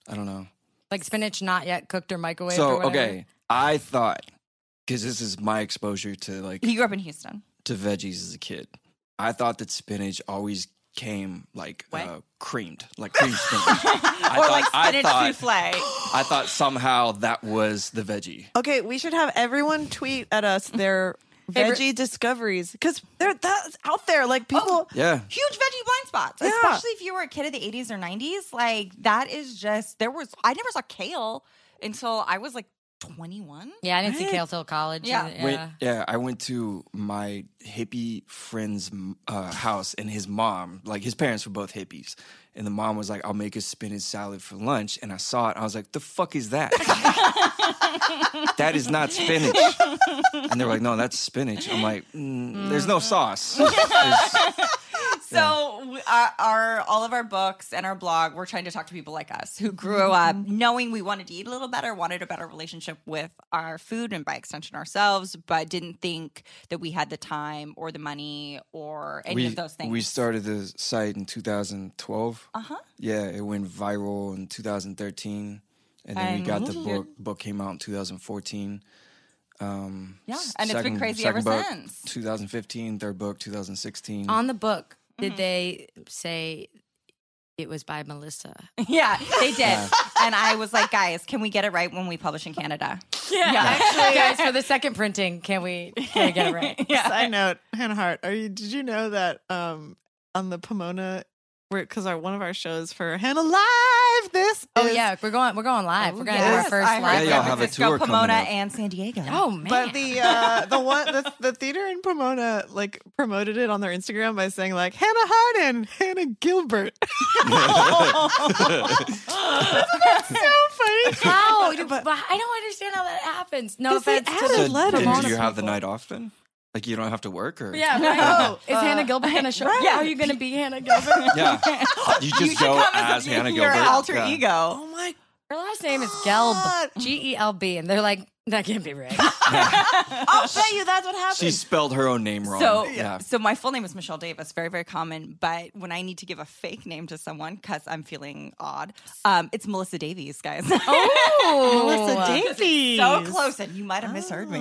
Speaker 5: I don't know.
Speaker 2: Like spinach not yet cooked or microwaved or
Speaker 5: So
Speaker 2: whatever.
Speaker 5: okay, I thought because this is my exposure to like
Speaker 4: He grew up in Houston.
Speaker 5: to veggies as a kid. I thought that spinach always came like
Speaker 4: What?
Speaker 5: uh, creamed,
Speaker 4: <laughs>
Speaker 5: like cream spinach. I
Speaker 4: or like
Speaker 5: I
Speaker 4: spinach
Speaker 5: thought,
Speaker 4: souffle.
Speaker 5: I thought somehow that was the veggie.
Speaker 6: Okay, we should have everyone tweet at us
Speaker 2: <laughs>
Speaker 6: their
Speaker 2: Favorite-
Speaker 6: veggie discoveries because they're that's out there. Like
Speaker 2: Oh,
Speaker 6: people,
Speaker 5: Yeah.
Speaker 4: <gasps> Huge veggie blind spots,
Speaker 6: Yeah.
Speaker 4: especially if you were a kid of the 80s or 90s. Like that is just there was I never saw kale until I was like 21.
Speaker 2: Yeah, I didn't see
Speaker 6: Right.
Speaker 2: Kale till college.
Speaker 4: Yeah.
Speaker 2: and-
Speaker 5: Went,
Speaker 2: yeah.
Speaker 5: yeah, I went to my hippie friend's m- uh, house, and his mom, like his parents were both hippies, and the mom was like, "I'll make a spinach salad for lunch," and I saw it, and I was like, "The fuck is that? that is not spinach." And they were like, "No, that's spinach." I'm like, mm, "There's no sauce." There's-
Speaker 4: So w- our, our all of our books and our blog, we're trying to talk to people like us who grew up
Speaker 5: Mm-hmm.
Speaker 4: knowing we wanted to eat a little better, wanted a better relationship with our food and by extension ourselves, but didn't think that we had the time or the money or any of
Speaker 5: we
Speaker 4: those things.
Speaker 5: we started the site in 2012.
Speaker 4: Uh huh.
Speaker 5: Yeah, it went viral in 2013, and then we got the book. Book came out in 2014. Um,
Speaker 4: Yeah,
Speaker 5: s-
Speaker 4: and it's been
Speaker 5: second-
Speaker 4: crazy ever
Speaker 5: second book,
Speaker 4: since. <laughs>
Speaker 5: 2015, third book 2016.
Speaker 2: On the book, did they say it was by Melissa?
Speaker 4: Yeah, they did. And I was like, guys, can we get it right when we publish in Canada?
Speaker 2: <laughs> Yeah. Actually, <laughs> guys, for the second printing, can we, can we get it <laughs> right?
Speaker 6: yeah,
Speaker 3: <laughs> Side note, Hannah Hart, are you? Did you know that um on the Pomona, because our one of our shows for Hannah Live this?
Speaker 2: Oh
Speaker 3: is-
Speaker 2: yeah, we're going. We're going live. we're gonna have
Speaker 4: Yes,
Speaker 2: our first
Speaker 4: I heard
Speaker 5: Yeah,
Speaker 2: live.
Speaker 5: y'all
Speaker 4: San
Speaker 5: have a
Speaker 4: Francisco,
Speaker 5: tour coming
Speaker 4: Pomona,
Speaker 5: up.
Speaker 4: and San Diego.
Speaker 2: Oh man!
Speaker 3: But the uh,
Speaker 2: <laughs>
Speaker 3: the one the, the theater in Pomona like promoted it on their Instagram by saying like Hannah Harden, Hannah Gilbert. <laughs>
Speaker 2: <laughs>
Speaker 3: so funny.
Speaker 2: how? do- but I don't understand how that happens. No
Speaker 6: Because they
Speaker 2: offense to
Speaker 6: added
Speaker 5: So
Speaker 2: the
Speaker 5: d-
Speaker 6: letters.
Speaker 5: do
Speaker 2: Pomona
Speaker 5: you have the
Speaker 2: people.
Speaker 5: night off then? Like you don't have to work or
Speaker 2: Yeah. Right. Oh, uh, Is Hannah Gilbert <laughs> gonna show? Yeah. Are you gonna be Hannah <laughs> Gilbert?
Speaker 5: <laughs> yeah. You just go as, Hannah
Speaker 4: your
Speaker 5: Gilbert.
Speaker 4: alter
Speaker 5: Yeah.
Speaker 4: ego.
Speaker 6: my
Speaker 2: Her last name is Gelb. G E L B, and they're like, that can't be right. <laughs>
Speaker 4: I'll bet you that's what happened.
Speaker 5: She spelled her own name wrong.
Speaker 4: So,
Speaker 5: yeah.
Speaker 4: so my full name is Michelle Davis, very, very common. But when I need to give a fake name to someone because I'm feeling odd, um, it's Melissa Davies, guys. <laughs>
Speaker 2: Oh,
Speaker 3: Melissa Davies.
Speaker 4: so close, and you might have misheard me.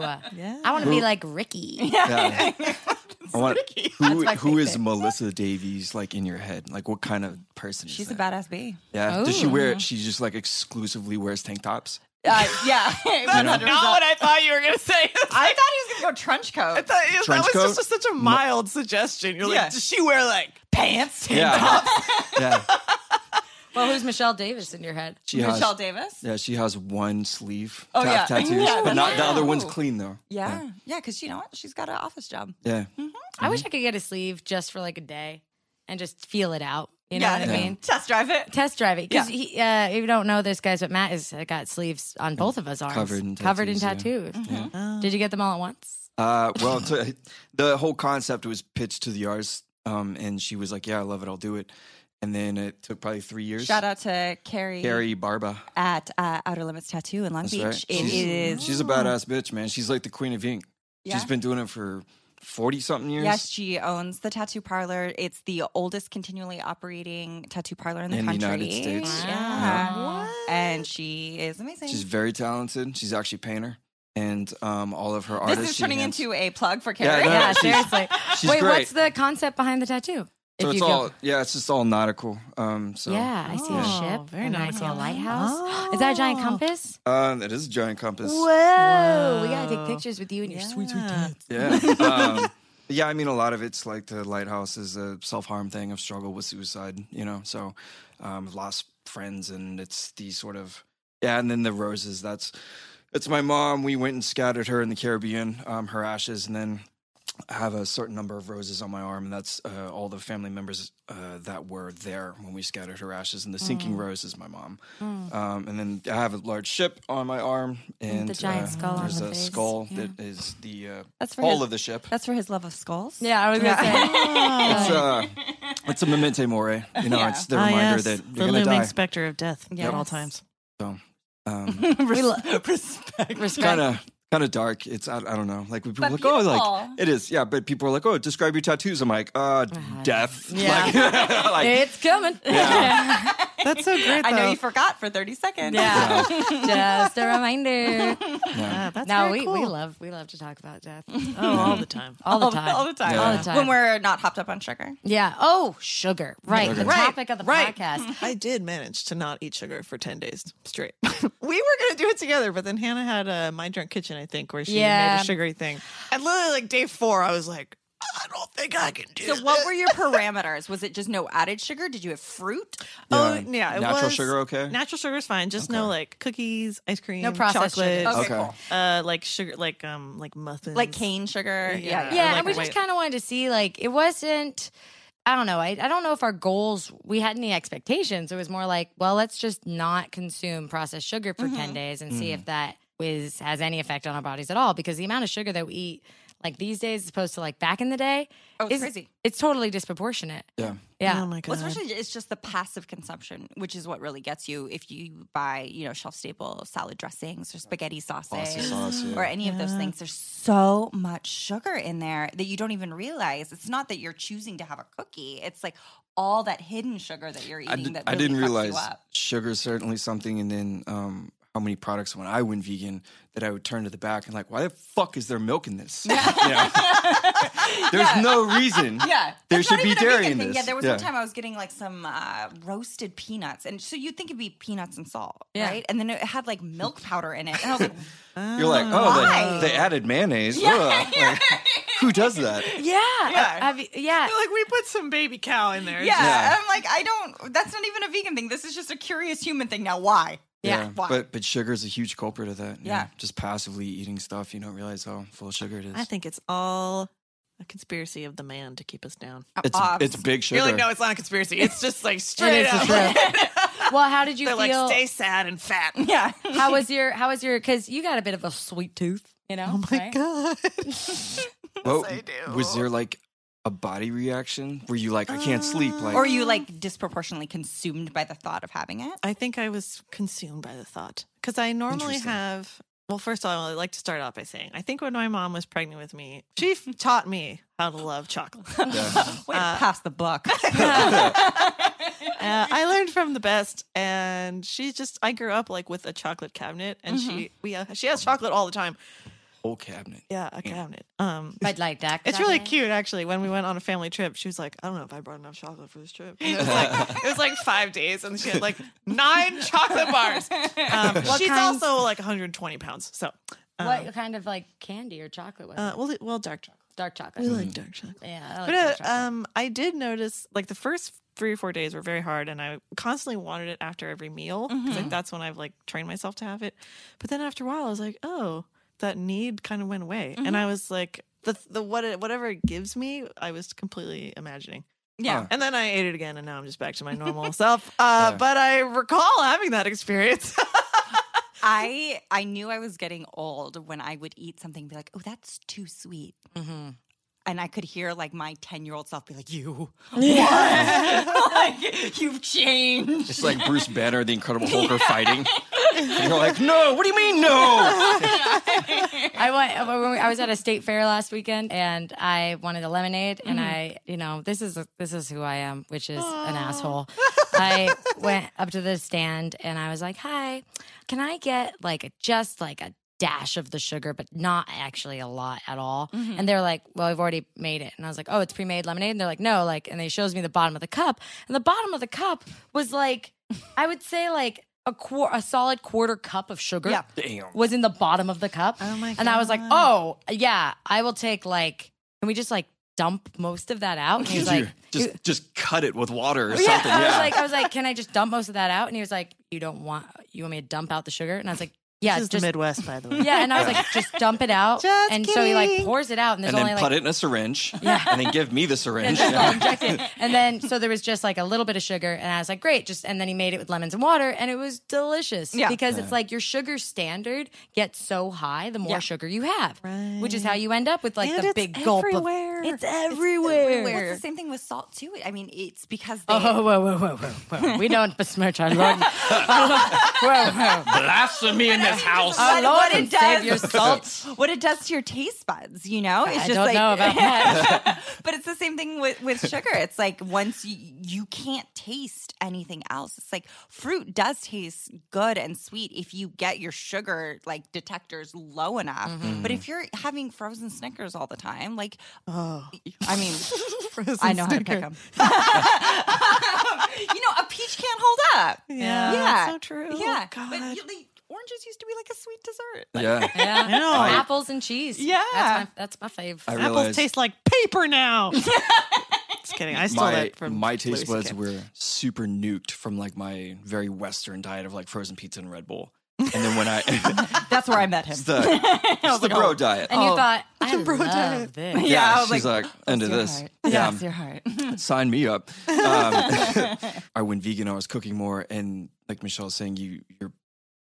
Speaker 4: <laughs>
Speaker 2: Ooh. Oh. I want to be like Ricky.
Speaker 4: <laughs>
Speaker 5: yeah. I want, who
Speaker 2: That's my
Speaker 5: who is
Speaker 2: favorite.
Speaker 5: Melissa Davies like in your head? Like what kind of person is
Speaker 4: She's Oh. a
Speaker 5: that?
Speaker 4: badass bee.
Speaker 5: Yeah. Does she wear it? She just like exclusively wears tank tops.
Speaker 4: Uh, yeah, <laughs>
Speaker 5: not
Speaker 3: what I thought you were gonna say. <laughs>
Speaker 4: I thought he was gonna go trench coat.
Speaker 3: I thought it-
Speaker 5: Trench
Speaker 3: that was
Speaker 5: coat?
Speaker 3: just such a mild suggestion. You're
Speaker 4: Yeah.
Speaker 3: like, does she wear like pants?
Speaker 5: Yeah. <laughs> yeah.
Speaker 2: Well, who's Michelle Davis in your head?
Speaker 5: She has
Speaker 4: Michelle Davis.
Speaker 5: Yeah, she has one sleeve
Speaker 4: Oh,
Speaker 5: ta-
Speaker 4: yeah.
Speaker 5: tattoos,
Speaker 4: Yeah,
Speaker 5: but not the
Speaker 4: that's
Speaker 5: other one's
Speaker 4: true.
Speaker 5: clean though.
Speaker 4: Yeah, yeah, because you know what? She's got an office job.
Speaker 5: Yeah.
Speaker 2: I wish I could get a sleeve just for like a day and just feel it out. You know
Speaker 4: yeah,
Speaker 2: what I mean?
Speaker 4: test drive it.
Speaker 2: Test drive it because
Speaker 4: Yeah.
Speaker 2: he. Uh, if you don't know this, guys, but Matt is uh, got sleeves on both of us arms,
Speaker 5: Covered in
Speaker 2: covered in
Speaker 5: tattoos,
Speaker 2: tattoos.
Speaker 4: Mm-hmm.
Speaker 2: Did you get them all at once?
Speaker 5: Uh, well, t- <laughs> the whole concept was pitched to the artist, um, and she was like, "Yeah, I love it. I'll do it." And then it took probably three years.
Speaker 4: Shout out to Carrie,
Speaker 5: Carrie Barba.
Speaker 4: at uh, Outer Limits Tattoo in Long
Speaker 5: That's
Speaker 4: Beach.
Speaker 5: right.
Speaker 4: It
Speaker 5: she's,
Speaker 4: is-
Speaker 5: she's a badass bitch, man. She's like the queen of ink.
Speaker 4: Yeah.
Speaker 5: She's been doing it for forty something years.
Speaker 4: Yes, she owns the tattoo parlor. It's the oldest continually operating tattoo parlor in the
Speaker 5: In the
Speaker 4: country.
Speaker 5: United States.
Speaker 4: Yeah.
Speaker 2: Wow.
Speaker 4: And she is amazing.
Speaker 5: she's very talented. She's actually a painter, and um, all of her artists.
Speaker 4: this is
Speaker 5: she
Speaker 4: turning
Speaker 5: hands-
Speaker 4: into a plug for
Speaker 5: Yeah,
Speaker 4: Carrie.
Speaker 5: no,
Speaker 2: yeah,
Speaker 5: she's-
Speaker 2: seriously.
Speaker 5: <gasps> she's
Speaker 2: Wait,
Speaker 5: great.
Speaker 2: what's the concept behind the tattoo?
Speaker 5: So
Speaker 2: If
Speaker 5: it's
Speaker 2: you feel-
Speaker 5: all yeah, it's just all nautical. Um, so
Speaker 2: yeah, I see
Speaker 5: Yeah.
Speaker 2: a ship.
Speaker 3: Oh, very Oh.
Speaker 2: and I see a
Speaker 3: nautical.
Speaker 2: lighthouse. Is that a giant compass?
Speaker 5: Um, it is a giant compass.
Speaker 3: Oh.
Speaker 2: Whoa, we gotta take pictures with you and your sweet,
Speaker 3: Ah,
Speaker 2: sweet tits.
Speaker 5: <laughs> Yeah. Um, yeah, I mean, a lot of it's like the lighthouse is a self harm thing of struggle with suicide, you know? So, um, lost friends, and it's the sort of, yeah, and then the roses. That's, it's my mom. We went and scattered her in the Caribbean, um, her ashes, and then I have a certain number of roses on my arm, and that's uh, all the family members uh, that were there when we scattered her ashes. And the
Speaker 2: Mm.
Speaker 5: sinking rose is my mom. Um, and then I have a large ship on my arm, and
Speaker 2: the giant
Speaker 5: uh,
Speaker 2: skull on
Speaker 5: There's
Speaker 2: the
Speaker 5: a
Speaker 2: face.
Speaker 5: skull that is the uh,
Speaker 4: That's for
Speaker 5: hull
Speaker 4: his-
Speaker 5: of the ship.
Speaker 4: That's for his love of skulls.
Speaker 2: Yeah, I was gonna say.
Speaker 5: <laughs> It's
Speaker 3: <laughs>
Speaker 5: uh, it's a memento mori. You know, it's the
Speaker 3: Ah,
Speaker 5: reminder
Speaker 3: yes,
Speaker 5: that
Speaker 3: the
Speaker 5: you're gonna
Speaker 3: looming
Speaker 5: die.
Speaker 3: specter of death
Speaker 4: Yes.
Speaker 3: at all times.
Speaker 5: so,
Speaker 3: <laughs>
Speaker 5: um,
Speaker 4: we lo- respect.
Speaker 5: kind of kind of dark. It's I, I don't know. Like people
Speaker 4: But
Speaker 5: are like, oh, like
Speaker 4: beautiful.
Speaker 5: it is. Yeah, but people are like, oh,
Speaker 3: Oh,
Speaker 5: <laughs> describe your tattoos. I'm like, uh, death. <laughs>
Speaker 2: Yeah.
Speaker 5: Like,
Speaker 2: <laughs>
Speaker 5: like,
Speaker 2: It's coming.
Speaker 3: That's so great.
Speaker 4: I know
Speaker 3: though.
Speaker 4: you forgot for 30 seconds.
Speaker 2: Yeah. Just a reminder.
Speaker 3: Yeah, that's
Speaker 2: no,
Speaker 3: very
Speaker 2: we,
Speaker 3: cool.
Speaker 2: we love we love to talk about death.
Speaker 3: Oh, all the time.
Speaker 2: <laughs> All the
Speaker 4: All,
Speaker 2: time.
Speaker 4: all the time.
Speaker 5: Yeah. All
Speaker 2: the time.
Speaker 4: When we're not hopped up on sugar.
Speaker 2: Yeah. Oh, sugar. Right. The
Speaker 5: Right.
Speaker 2: topic of the
Speaker 3: Right.
Speaker 2: podcast.
Speaker 3: I did manage to not eat sugar for 10 days straight. <laughs> we were going to do it together, but then Hannah had uh, My Drunk Kitchen, I think, where she made
Speaker 2: Yeah.
Speaker 3: a sugary thing. And literally, like day four, I was like, I don't think I can do
Speaker 4: So, what were your parameters? Was it just no added sugar? Did you have fruit?
Speaker 3: Oh, yeah. It
Speaker 5: Natural
Speaker 3: was-
Speaker 5: sugar, okay?
Speaker 3: Natural sugar is fine. Just no like cookies, ice cream,
Speaker 2: No processed sugar.
Speaker 3: chocolate,
Speaker 4: Okay,
Speaker 5: Okay.
Speaker 4: cool.
Speaker 3: uh, like sugar, like um, like muffins,
Speaker 4: Like cane sugar?
Speaker 3: Yeah.
Speaker 4: Yeah.
Speaker 2: Yeah,
Speaker 3: like
Speaker 2: and we
Speaker 3: white-
Speaker 2: just kind of wanted to see like it wasn't I don't know. I, I don't know if our goals we had any expectations. It was more like, well, let's just not consume processed sugar for 10 days and see if that is has any effect on our bodies at all because the amount of sugar that we eat like these days as opposed to like back in the day
Speaker 4: Oh, it's
Speaker 2: is-
Speaker 4: crazy.
Speaker 2: It's totally disproportionate.
Speaker 5: Yeah.
Speaker 2: Yeah.
Speaker 3: Oh my god.
Speaker 4: Well, especially it's just the passive consumption, which is what really gets you if you buy, you know, shelf stable salad dressings or spaghetti
Speaker 5: Pasta
Speaker 4: sauces
Speaker 5: sauce, yeah.
Speaker 4: or any of those things. There's so much sugar in there that you don't even realize. It's not that you're choosing to have a cookie. It's like all that hidden sugar that you're eating
Speaker 5: I, did,
Speaker 4: that
Speaker 5: I
Speaker 4: really
Speaker 5: didn't
Speaker 4: fucks you
Speaker 5: realize
Speaker 4: up.
Speaker 5: sugar is certainly something, and then um, how many products when I went vegan that I would turn to the back and like, why the fuck is there milk
Speaker 4: <laughs>
Speaker 5: in this? You know? <laughs> There's no reason.
Speaker 4: Yeah,
Speaker 5: there
Speaker 4: That's
Speaker 5: should
Speaker 4: not
Speaker 5: be
Speaker 4: even a
Speaker 5: dairy
Speaker 4: vegan
Speaker 5: in
Speaker 4: thing.
Speaker 5: this.
Speaker 4: Yeah, there was one time I was getting like some uh, roasted peanuts, and so you'd think it'd be peanuts and salt,
Speaker 2: Yeah.
Speaker 4: right? And then it had like milk powder in it, and I was like,
Speaker 5: You're like, oh,
Speaker 4: Mm. Why?
Speaker 5: they, they added mayonnaise. Ugh. Like,
Speaker 4: <laughs>
Speaker 5: who does that?
Speaker 2: Yeah.
Speaker 4: Yeah.
Speaker 2: Have you- yeah.
Speaker 3: like we put some baby cow in there.
Speaker 4: yeah.
Speaker 5: Yeah.
Speaker 4: I'm like, I don't. That's not even a vegan thing. This is just a curious human thing. Now, why? why?
Speaker 5: but but sugar is a huge culprit of that.
Speaker 4: Yeah.
Speaker 5: just passively eating stuff, you don't realize how full of sugar it is.
Speaker 3: I think it's all a conspiracy of the man to keep us down.
Speaker 5: it's
Speaker 4: Obs-
Speaker 5: it's big sugar.
Speaker 3: You're like, no, it's not a conspiracy. It's just like straight
Speaker 2: It is
Speaker 3: up.
Speaker 2: the
Speaker 3: <laughs>
Speaker 2: truth. well, how did you
Speaker 3: They're like,
Speaker 2: feel?
Speaker 3: stay sad and fat.
Speaker 4: <laughs> yeah.
Speaker 2: how was your how was your because you got a bit of a sweet tooth, you know?
Speaker 3: <laughs> Oh my
Speaker 2: right? <laughs>
Speaker 3: god.
Speaker 5: Well,
Speaker 3: I do.
Speaker 5: Was there like a body reaction? Were you like, I can't sleep?
Speaker 4: <laughs>
Speaker 5: Like,
Speaker 4: Or you like disproportionately consumed by the thought of having it?
Speaker 3: I think I was consumed by the thought because I normally
Speaker 5: Interesting.
Speaker 3: have. Well, first of all, I'd like to start off by saying I think when my mom was pregnant with me, she <laughs> f- taught me how to love <laughs> chocolate. uh,
Speaker 5: Yeah.
Speaker 4: Way to Oh, pass the <laughs> buck.
Speaker 3: I learned from the best, and she just I grew up like with a chocolate cabinet, and she we uh, she has chocolate all the time.
Speaker 5: whole cabinet.
Speaker 3: Yeah, a cabinet. Um,
Speaker 2: Bud Light Duck.
Speaker 3: It's really
Speaker 2: Chocolate.
Speaker 3: cute, actually. When we went on a family trip, she was like, "I don't know if I brought enough chocolate for this trip." And it, was like, it was like five days, and she had like nine chocolate bars. Um, she's
Speaker 2: kinds?
Speaker 3: also like 120 pounds, so um,
Speaker 2: What kind of like candy or chocolate was
Speaker 3: uh,
Speaker 2: it?
Speaker 3: well, it- well, dark chocolate.
Speaker 2: Dark chocolate.
Speaker 3: We like dark chocolate.
Speaker 2: yeah, I like
Speaker 3: But
Speaker 2: dark
Speaker 3: uh,
Speaker 2: chocolate.
Speaker 3: um, I did notice like the first three or four days were very hard, and I constantly wanted it after every meal. 'cause, Like that's when I've like trained myself to have it. But then after a while, I was like, oh, that need kind of went away, and I was like, the the what it, whatever it gives me, I was completely imagining.
Speaker 4: yeah.
Speaker 3: And then I ate it again, and now I'm just back to my <laughs> normal self. Uh, But I recall having that experience. <laughs>
Speaker 4: I I knew I was getting old when I would eat something and be like, oh, that's too sweet. And I could hear like my 10 year old self be like, <laughs> you, what? <laughs> like, you've changed.
Speaker 5: It's like
Speaker 2: <laughs>
Speaker 5: Bruce Banner, the Incredible Hulk, are fighting. And you're like, no, what do you
Speaker 2: <laughs>
Speaker 5: mean, no?
Speaker 2: I went. uh, when we- I was at a state fair last weekend, and I wanted a lemonade. And I, you know, this is this is who I am, which is an asshole. I went up to the stand, and I was like, "Hi, can I get like a, just like a dash of the sugar, but not actually a lot at all?" And they're like, "Well, I've already made it." And I was like, "Oh, it's pre-made lemonade." And they're like, "No, like," and they shows me the bottom of the cup, and the bottom of the cup was like, I would say like. A, quar- a solid quarter cup of sugar
Speaker 4: Yeah.
Speaker 5: Damn.
Speaker 2: was in the bottom of the cup.
Speaker 3: Oh my
Speaker 2: And I was like,
Speaker 3: God.
Speaker 2: oh yeah, I will take like, can we just like dump most of that out? And he was like,
Speaker 5: just just cut it with water or
Speaker 2: yeah. <laughs>
Speaker 5: something.
Speaker 2: I was
Speaker 5: Yeah.
Speaker 2: like, I was like, can I just dump most of that out? And he was like, you don't want, you want me to dump out the sugar? And I was like, yeah,
Speaker 3: this is
Speaker 2: just.
Speaker 3: the Midwest, by the way.
Speaker 2: Yeah, and I was
Speaker 3: <laughs>
Speaker 2: like, just dump it out.
Speaker 3: Just
Speaker 2: and so he like
Speaker 3: kidding.
Speaker 2: pours it out, and there's
Speaker 5: and then
Speaker 2: only
Speaker 5: put
Speaker 2: like
Speaker 5: it in a syringe.
Speaker 2: <laughs> Yeah.
Speaker 5: And then give me
Speaker 2: <laughs>
Speaker 5: the syringe.
Speaker 2: just all injected. And then so there was just like a little bit of sugar, and I was like, great. Just and then he made it with lemons and water, and it was delicious.
Speaker 4: Yeah.
Speaker 2: because it's like your sugar standard gets so high the more
Speaker 4: Yeah.
Speaker 2: sugar you have, which is how you end up with like
Speaker 3: And
Speaker 2: the
Speaker 3: it's
Speaker 2: big gulp. Of,
Speaker 3: everywhere.
Speaker 2: it's everywhere.
Speaker 4: Well, it's the same thing with salt too. I mean, it's because they.
Speaker 2: Oh, whoa, whoa, whoa,
Speaker 4: <laughs>
Speaker 2: whoa, whoa, whoa. We don't besmirch our Lord. whoa, whoa.
Speaker 5: Blasphemy in this house.
Speaker 2: Oh,
Speaker 4: But what
Speaker 2: Lord,
Speaker 4: it
Speaker 2: save
Speaker 4: does-
Speaker 2: your salt.
Speaker 4: what it does to your taste buds, you know? It's
Speaker 2: I
Speaker 4: just
Speaker 2: don't
Speaker 4: like
Speaker 2: know about
Speaker 4: <laughs> but it's the same thing with, with sugar. It's like once you, you can't taste anything else. It's like fruit does taste good and sweet if you get your sugar like detectors low enough. But if you're having frozen Snickers all the time, like I mean I know how to pick them. <laughs> you know, a peach can't hold up.
Speaker 3: Yeah,
Speaker 4: yeah.
Speaker 3: that's so true.
Speaker 4: Yeah.
Speaker 3: God.
Speaker 4: But you, like, oranges used to be like a sweet dessert.
Speaker 5: Yeah.
Speaker 2: Yeah.
Speaker 3: know.
Speaker 2: Apples and cheese.
Speaker 4: Yeah.
Speaker 2: That's my, that's my fave.
Speaker 5: I
Speaker 3: Apples
Speaker 5: realized
Speaker 3: taste like paper now. <laughs> Just kidding. I stole
Speaker 5: my
Speaker 3: that from
Speaker 5: my taste
Speaker 3: Louis
Speaker 5: buds
Speaker 3: C.K.
Speaker 5: were super nuked from like my very Western diet of like frozen pizza and Red Bull. And
Speaker 2: <laughs>
Speaker 5: then when I <laughs>
Speaker 4: That's where I met him.
Speaker 5: it's the,
Speaker 4: <laughs>
Speaker 5: it's the bro diet.
Speaker 2: and you
Speaker 4: Oh. <laughs>
Speaker 2: thought, I love this.
Speaker 5: Yeah,
Speaker 4: Yeah, I was
Speaker 5: she's like, into
Speaker 4: your
Speaker 5: this.
Speaker 4: heart.
Speaker 5: Yeah,
Speaker 4: Bless your heart.
Speaker 5: <laughs>
Speaker 4: <laughs>
Speaker 5: sign me up. Um, <laughs> I went vegan. I was cooking more, and like Michelle was saying, you you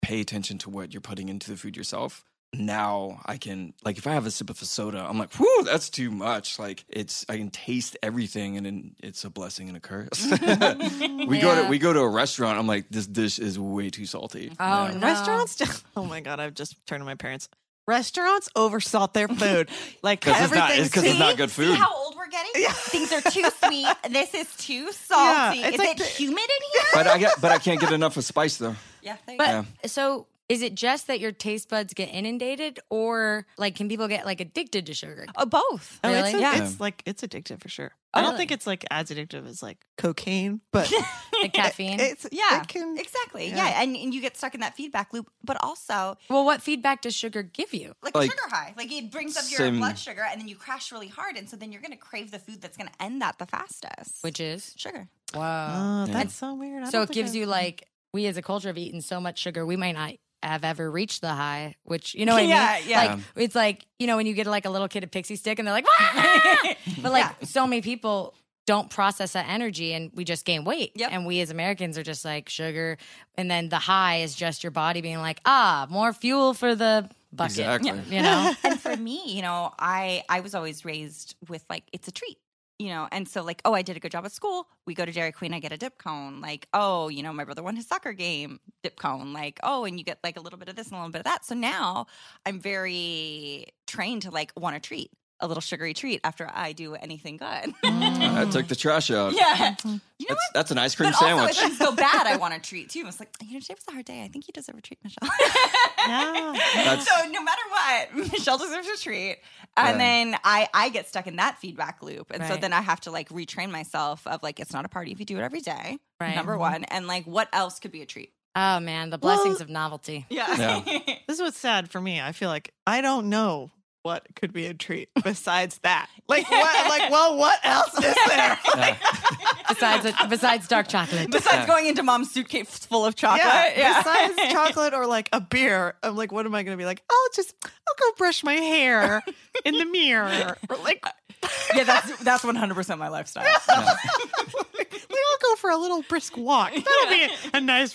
Speaker 5: pay attention to what you're putting into the food yourself. Now I can like if I have a sip of a soda, I'm like, whoo, that's too much. Like it's I can taste everything, and then it's a blessing and
Speaker 4: <laughs>
Speaker 5: a curse. <laughs> we go to
Speaker 2: Yeah.
Speaker 5: we go to a restaurant. I'm like, this dish is way too salty.
Speaker 2: Oh,
Speaker 4: <laughs>
Speaker 5: Yeah.
Speaker 2: no.
Speaker 3: Restaurants. <laughs> Oh my god! I've just turned to my parents. Restaurants oversalt their food.
Speaker 2: <laughs>
Speaker 3: Like
Speaker 5: 'Cause it's not-
Speaker 3: everything.
Speaker 5: it's 'cause it's not good
Speaker 4: See
Speaker 5: food.
Speaker 4: how old we're getting? Things are
Speaker 5: <laughs>
Speaker 4: too sweet. This is too
Speaker 3: Yeah,
Speaker 4: salty.
Speaker 3: it's
Speaker 4: is
Speaker 3: like
Speaker 4: it
Speaker 3: the-
Speaker 4: humid in here?
Speaker 5: But I get, but I can't get enough of spice though.
Speaker 4: <laughs> yeah. there you
Speaker 2: But
Speaker 4: go.
Speaker 2: so is it just that your taste buds get inundated or like can people get like addicted to sugar?
Speaker 4: Uh, both.
Speaker 3: Oh, it's,
Speaker 2: Really?
Speaker 3: a-
Speaker 5: Yeah.
Speaker 3: it's like it's addictive for sure. I don't
Speaker 2: Really?
Speaker 3: think it's like as addictive as like cocaine,
Speaker 2: <laughs>
Speaker 3: but
Speaker 2: The caffeine?
Speaker 3: it's
Speaker 4: Yeah,
Speaker 3: it can-
Speaker 4: exactly. Yeah,
Speaker 3: yeah.
Speaker 4: And, and you get stuck in that feedback loop. But also,
Speaker 2: well, what feedback does sugar give you?
Speaker 4: like,
Speaker 5: Like,
Speaker 4: sugar high, like it brings up your
Speaker 5: same-
Speaker 4: blood sugar, and then you crash really hard, and so then you're going to crave the food that's going to end that the fastest.
Speaker 2: Which is?
Speaker 4: sugar?
Speaker 2: Wow.
Speaker 3: Oh, that's so weird. I
Speaker 2: so
Speaker 3: don't
Speaker 2: it
Speaker 3: think
Speaker 2: gives
Speaker 3: I-
Speaker 2: you like, we as a culture have eaten so much sugar, we might not have ever reached the high, which, you know
Speaker 3: <laughs>
Speaker 2: what I mean?
Speaker 4: Yeah, yeah.
Speaker 2: Like, it's like, you know, when you get like a little kid a pixie stick and they're
Speaker 3: <laughs>
Speaker 2: like, "Wah!" <laughs> but like so many people don't process that energy and we just gain weight.
Speaker 4: Yep.
Speaker 2: And we as Americans are just like sugar. And then the high is just your body being like, ah, more fuel for the bucket.
Speaker 5: Exactly.
Speaker 2: You
Speaker 3: <laughs>
Speaker 2: know? <laughs>
Speaker 4: and for me, you know, I I was always raised with like it's a treat, you know, and so like oh I did a good job at school. We go to Dairy Queen, I get a dip cone. Like oh you know my brother won his soccer game, dip cone. Like oh and you get like a little bit of this and a little bit of that. So now I'm very trained to like want a treat, a little sugary treat after I do anything good.
Speaker 2: Mm.
Speaker 5: I took the trash out.
Speaker 4: <laughs> yeah, you know what.
Speaker 5: That's, that's an ice cream
Speaker 4: But
Speaker 5: sandwich.
Speaker 4: also, if things go bad, I want a treat too. It's like you know, today was a hard day. I think you deserve a treat, Michelle.
Speaker 3: Yeah.
Speaker 5: That's-
Speaker 4: so no matter what, <laughs> Michelle deserves a treat. And
Speaker 5: Right.
Speaker 4: then I I get stuck in that feedback loop. And so
Speaker 2: Right.
Speaker 4: then I have to like retrain myself of like it's not a party if you do it every day.
Speaker 2: Right.
Speaker 4: Number one. And like what else could be a treat?
Speaker 2: Oh man, the blessings of novelty.
Speaker 4: <laughs> Yeah. Yeah.
Speaker 3: This is what's sad for me. I feel like I don't know what could be a treat besides that. Like what?
Speaker 2: <laughs>
Speaker 3: Like well, what else is there?
Speaker 5: Yeah.
Speaker 2: Besides besides dark
Speaker 3: <laughs>
Speaker 2: chocolate.
Speaker 4: Besides going into mom's suitcase full of chocolate.
Speaker 3: yeah,
Speaker 4: Yeah. <laughs>
Speaker 3: Besides chocolate or like a beer, I'm like, what am I going to be like? I'll just I'll go brush my hair in the
Speaker 4: <laughs>
Speaker 3: mirror. Or like,
Speaker 4: yeah, that's that's one hundred percent my lifestyle. <laughs> Oh
Speaker 3: like I'll go for a little brisk
Speaker 4: <laughs>
Speaker 3: walk. That'll be a, nice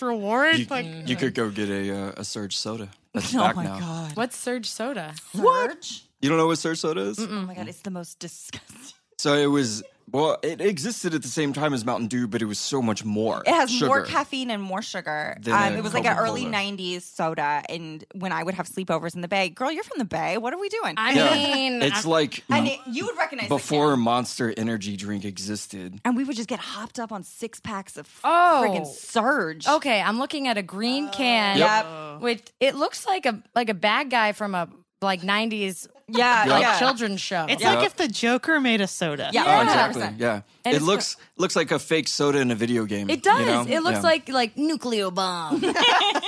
Speaker 2: <laughs>
Speaker 3: reward.
Speaker 5: You,
Speaker 3: like
Speaker 5: you could
Speaker 2: uh-huh.
Speaker 5: go get a uh, a surge soda. That's
Speaker 4: oh
Speaker 5: back
Speaker 4: my
Speaker 5: now.
Speaker 4: god.
Speaker 2: What's surge soda?
Speaker 4: What?
Speaker 5: You don't know what surge soda is?
Speaker 4: Oh my god, it's the most disgusting.
Speaker 5: So it was well, it existed at the same time as Mountain Dew, but it was so much more.
Speaker 4: It has more
Speaker 5: sugar.
Speaker 4: caffeine and more sugar.
Speaker 5: Than
Speaker 4: Um,
Speaker 5: a
Speaker 4: it was like an early
Speaker 5: Coca-Cola.
Speaker 4: '90s soda, and when I would have sleepovers in the Bay, girl, you're from the Bay. What are we doing?
Speaker 2: I
Speaker 5: Yeah.
Speaker 2: mean
Speaker 5: It's like
Speaker 4: and it, you would recognize this
Speaker 5: before
Speaker 4: now.
Speaker 5: Monster Energy drink existed.
Speaker 4: And we would just get hopped up on six packs of
Speaker 2: Oh.
Speaker 4: friggin' Surge.
Speaker 2: Okay, I'm looking at a green can
Speaker 5: Oh. Yep.
Speaker 2: which it looks like a like a bad guy from a like nineties
Speaker 4: Yeah,
Speaker 2: like
Speaker 4: yeah.
Speaker 2: children's show.
Speaker 3: it's
Speaker 5: Yeah.
Speaker 3: like if the Joker made a soda.
Speaker 4: Yeah. 100%.
Speaker 5: Oh, exactly. Yeah,
Speaker 2: And
Speaker 5: it
Speaker 2: it's
Speaker 5: looks looks like a fake soda in a video game.
Speaker 2: It does.
Speaker 5: you know?
Speaker 2: It looks
Speaker 5: Yeah.
Speaker 2: like like nuclear
Speaker 5: <laughs>
Speaker 2: bomb,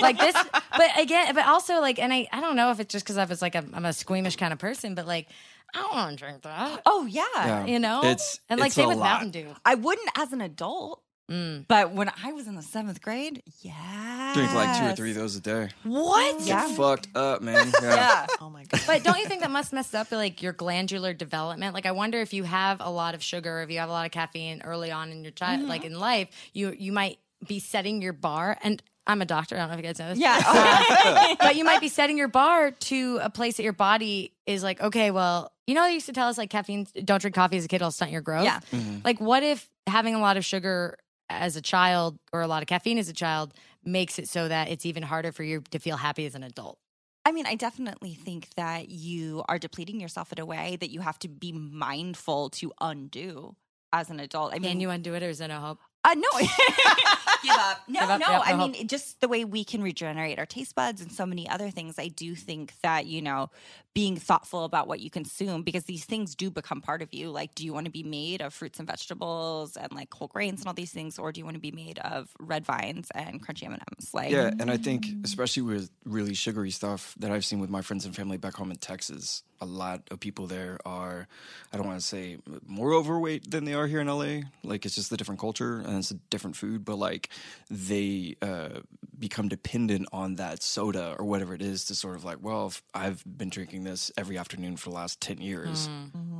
Speaker 2: like this. But again, but also like, and I I don't know if it's just because I was like a, I'm a squeamish kind of person, but like I don't want to drink that.
Speaker 4: Oh yeah.
Speaker 5: Yeah.
Speaker 2: You know,
Speaker 5: It's-
Speaker 2: and like
Speaker 5: it's
Speaker 2: same
Speaker 5: a
Speaker 2: with
Speaker 5: lot.
Speaker 2: Mountain Dew.
Speaker 4: I wouldn't as an adult,
Speaker 2: Mm.
Speaker 4: but when I was in the seventh grade, yeah,
Speaker 5: drink like two or three of those a day.
Speaker 2: What?
Speaker 5: Get fucked up,
Speaker 2: <laughs>
Speaker 5: man. Yeah.
Speaker 4: Yeah.
Speaker 3: Oh my god.
Speaker 2: But don't you think that must mess up like your glandular development? Like I wonder if you have a lot of sugar, if you have a lot of caffeine early on in your
Speaker 4: Mm-hmm.
Speaker 2: child, like in life, you you might be setting your bar. And I'm a doctor. I don't know if you guys know this.
Speaker 4: Yeah. <laughs>
Speaker 5: <laughs>
Speaker 2: but you might be setting your bar to a place that your body is like, okay, well, you know, they used to tell us like caffeine, don't drink coffee as a kid, it'll stunt your growth.
Speaker 4: Yeah.
Speaker 5: Mm-hmm.
Speaker 2: Like, what if having a lot of sugar as a child or a lot of caffeine as a child makes it so that it's even harder for you to feel happy as an adult.
Speaker 4: I mean, I definitely think that you are depleting yourself in a way that you have to be mindful to undo as an adult. I mean,
Speaker 2: Can you undo it or is it no hope?
Speaker 4: Uh,
Speaker 2: <laughs>
Speaker 4: no. Give up. No,
Speaker 2: Give up,
Speaker 4: no.
Speaker 2: yeah,
Speaker 4: I
Speaker 2: no
Speaker 4: mean, it- just the way we can regenerate our taste buds and so many other things. I do think that, you know, being thoughtful about what you consume because these things do become part of you. Like, do you want to be made of fruits and vegetables and like whole grains and all these things? Or do you want to be made of red vines and crunchy M&Ms? Like,
Speaker 5: Yeah, and I think especially with really sugary stuff that I've seen with my friends and family back home in Texas, a lot of people there are I don't want to say more overweight than they are here in LA. Like it's just a different culture and it's a different food, but like they uh, become dependent on that soda or whatever it is to sort of like, well, if I've been drinking this every afternoon for the last 10 years.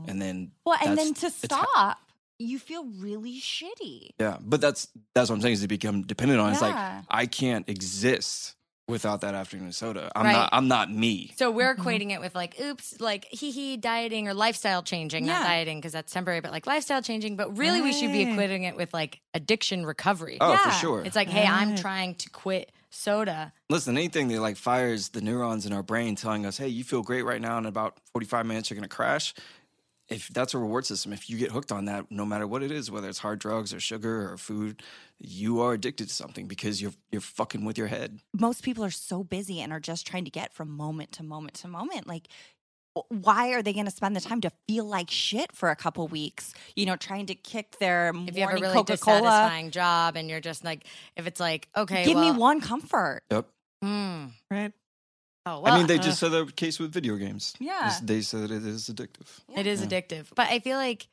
Speaker 5: And then
Speaker 4: well, and
Speaker 5: that's-
Speaker 4: then to
Speaker 5: it's ha-
Speaker 4: stop, you feel really shitty.
Speaker 5: yeah, but that's that's what I'm saying is to become dependent on. It's
Speaker 4: Yeah.
Speaker 5: like I can't exist without that afternoon soda. I'm
Speaker 2: Right.
Speaker 5: not I'm not me.
Speaker 2: So we're
Speaker 4: Mm-hmm.
Speaker 2: equating it with like, oops, like hee hee dieting or lifestyle changing, not
Speaker 4: Yeah.
Speaker 2: dieting because that's temporary, but like lifestyle changing. But really, we should be
Speaker 3: Right.
Speaker 2: equating it with like addiction recovery.
Speaker 5: Oh, for
Speaker 4: Yeah.
Speaker 5: sure.
Speaker 2: It's like, hey, I'm
Speaker 3: Right.
Speaker 2: trying to quit soda.
Speaker 5: Listen, anything that like fires the neurons in our brain telling us, "Hey, you feel great right now and in about 45 minutes you're going to crash." If that's a reward system, if you get hooked on that, no matter what it is, whether it's hard drugs or sugar or food, you are addicted to something because you're you're fucking with your head.
Speaker 4: most people are so busy and are just trying to get from moment to moment to moment like w- why are they going to spend the time to feel like shit for a couple weeks you know trying to kick their morning
Speaker 2: If you have a really
Speaker 4: coca-cola
Speaker 2: dissatisfying job and you're just like, if it's like, okay,
Speaker 4: give
Speaker 2: well,
Speaker 4: me one comfort
Speaker 5: Yep.
Speaker 2: hmm.
Speaker 3: Right.
Speaker 2: oh, well,
Speaker 5: I mean, they just said the case with video games.
Speaker 4: Yeah.
Speaker 5: Is- They said it is addictive.
Speaker 2: It is addictive. But I feel like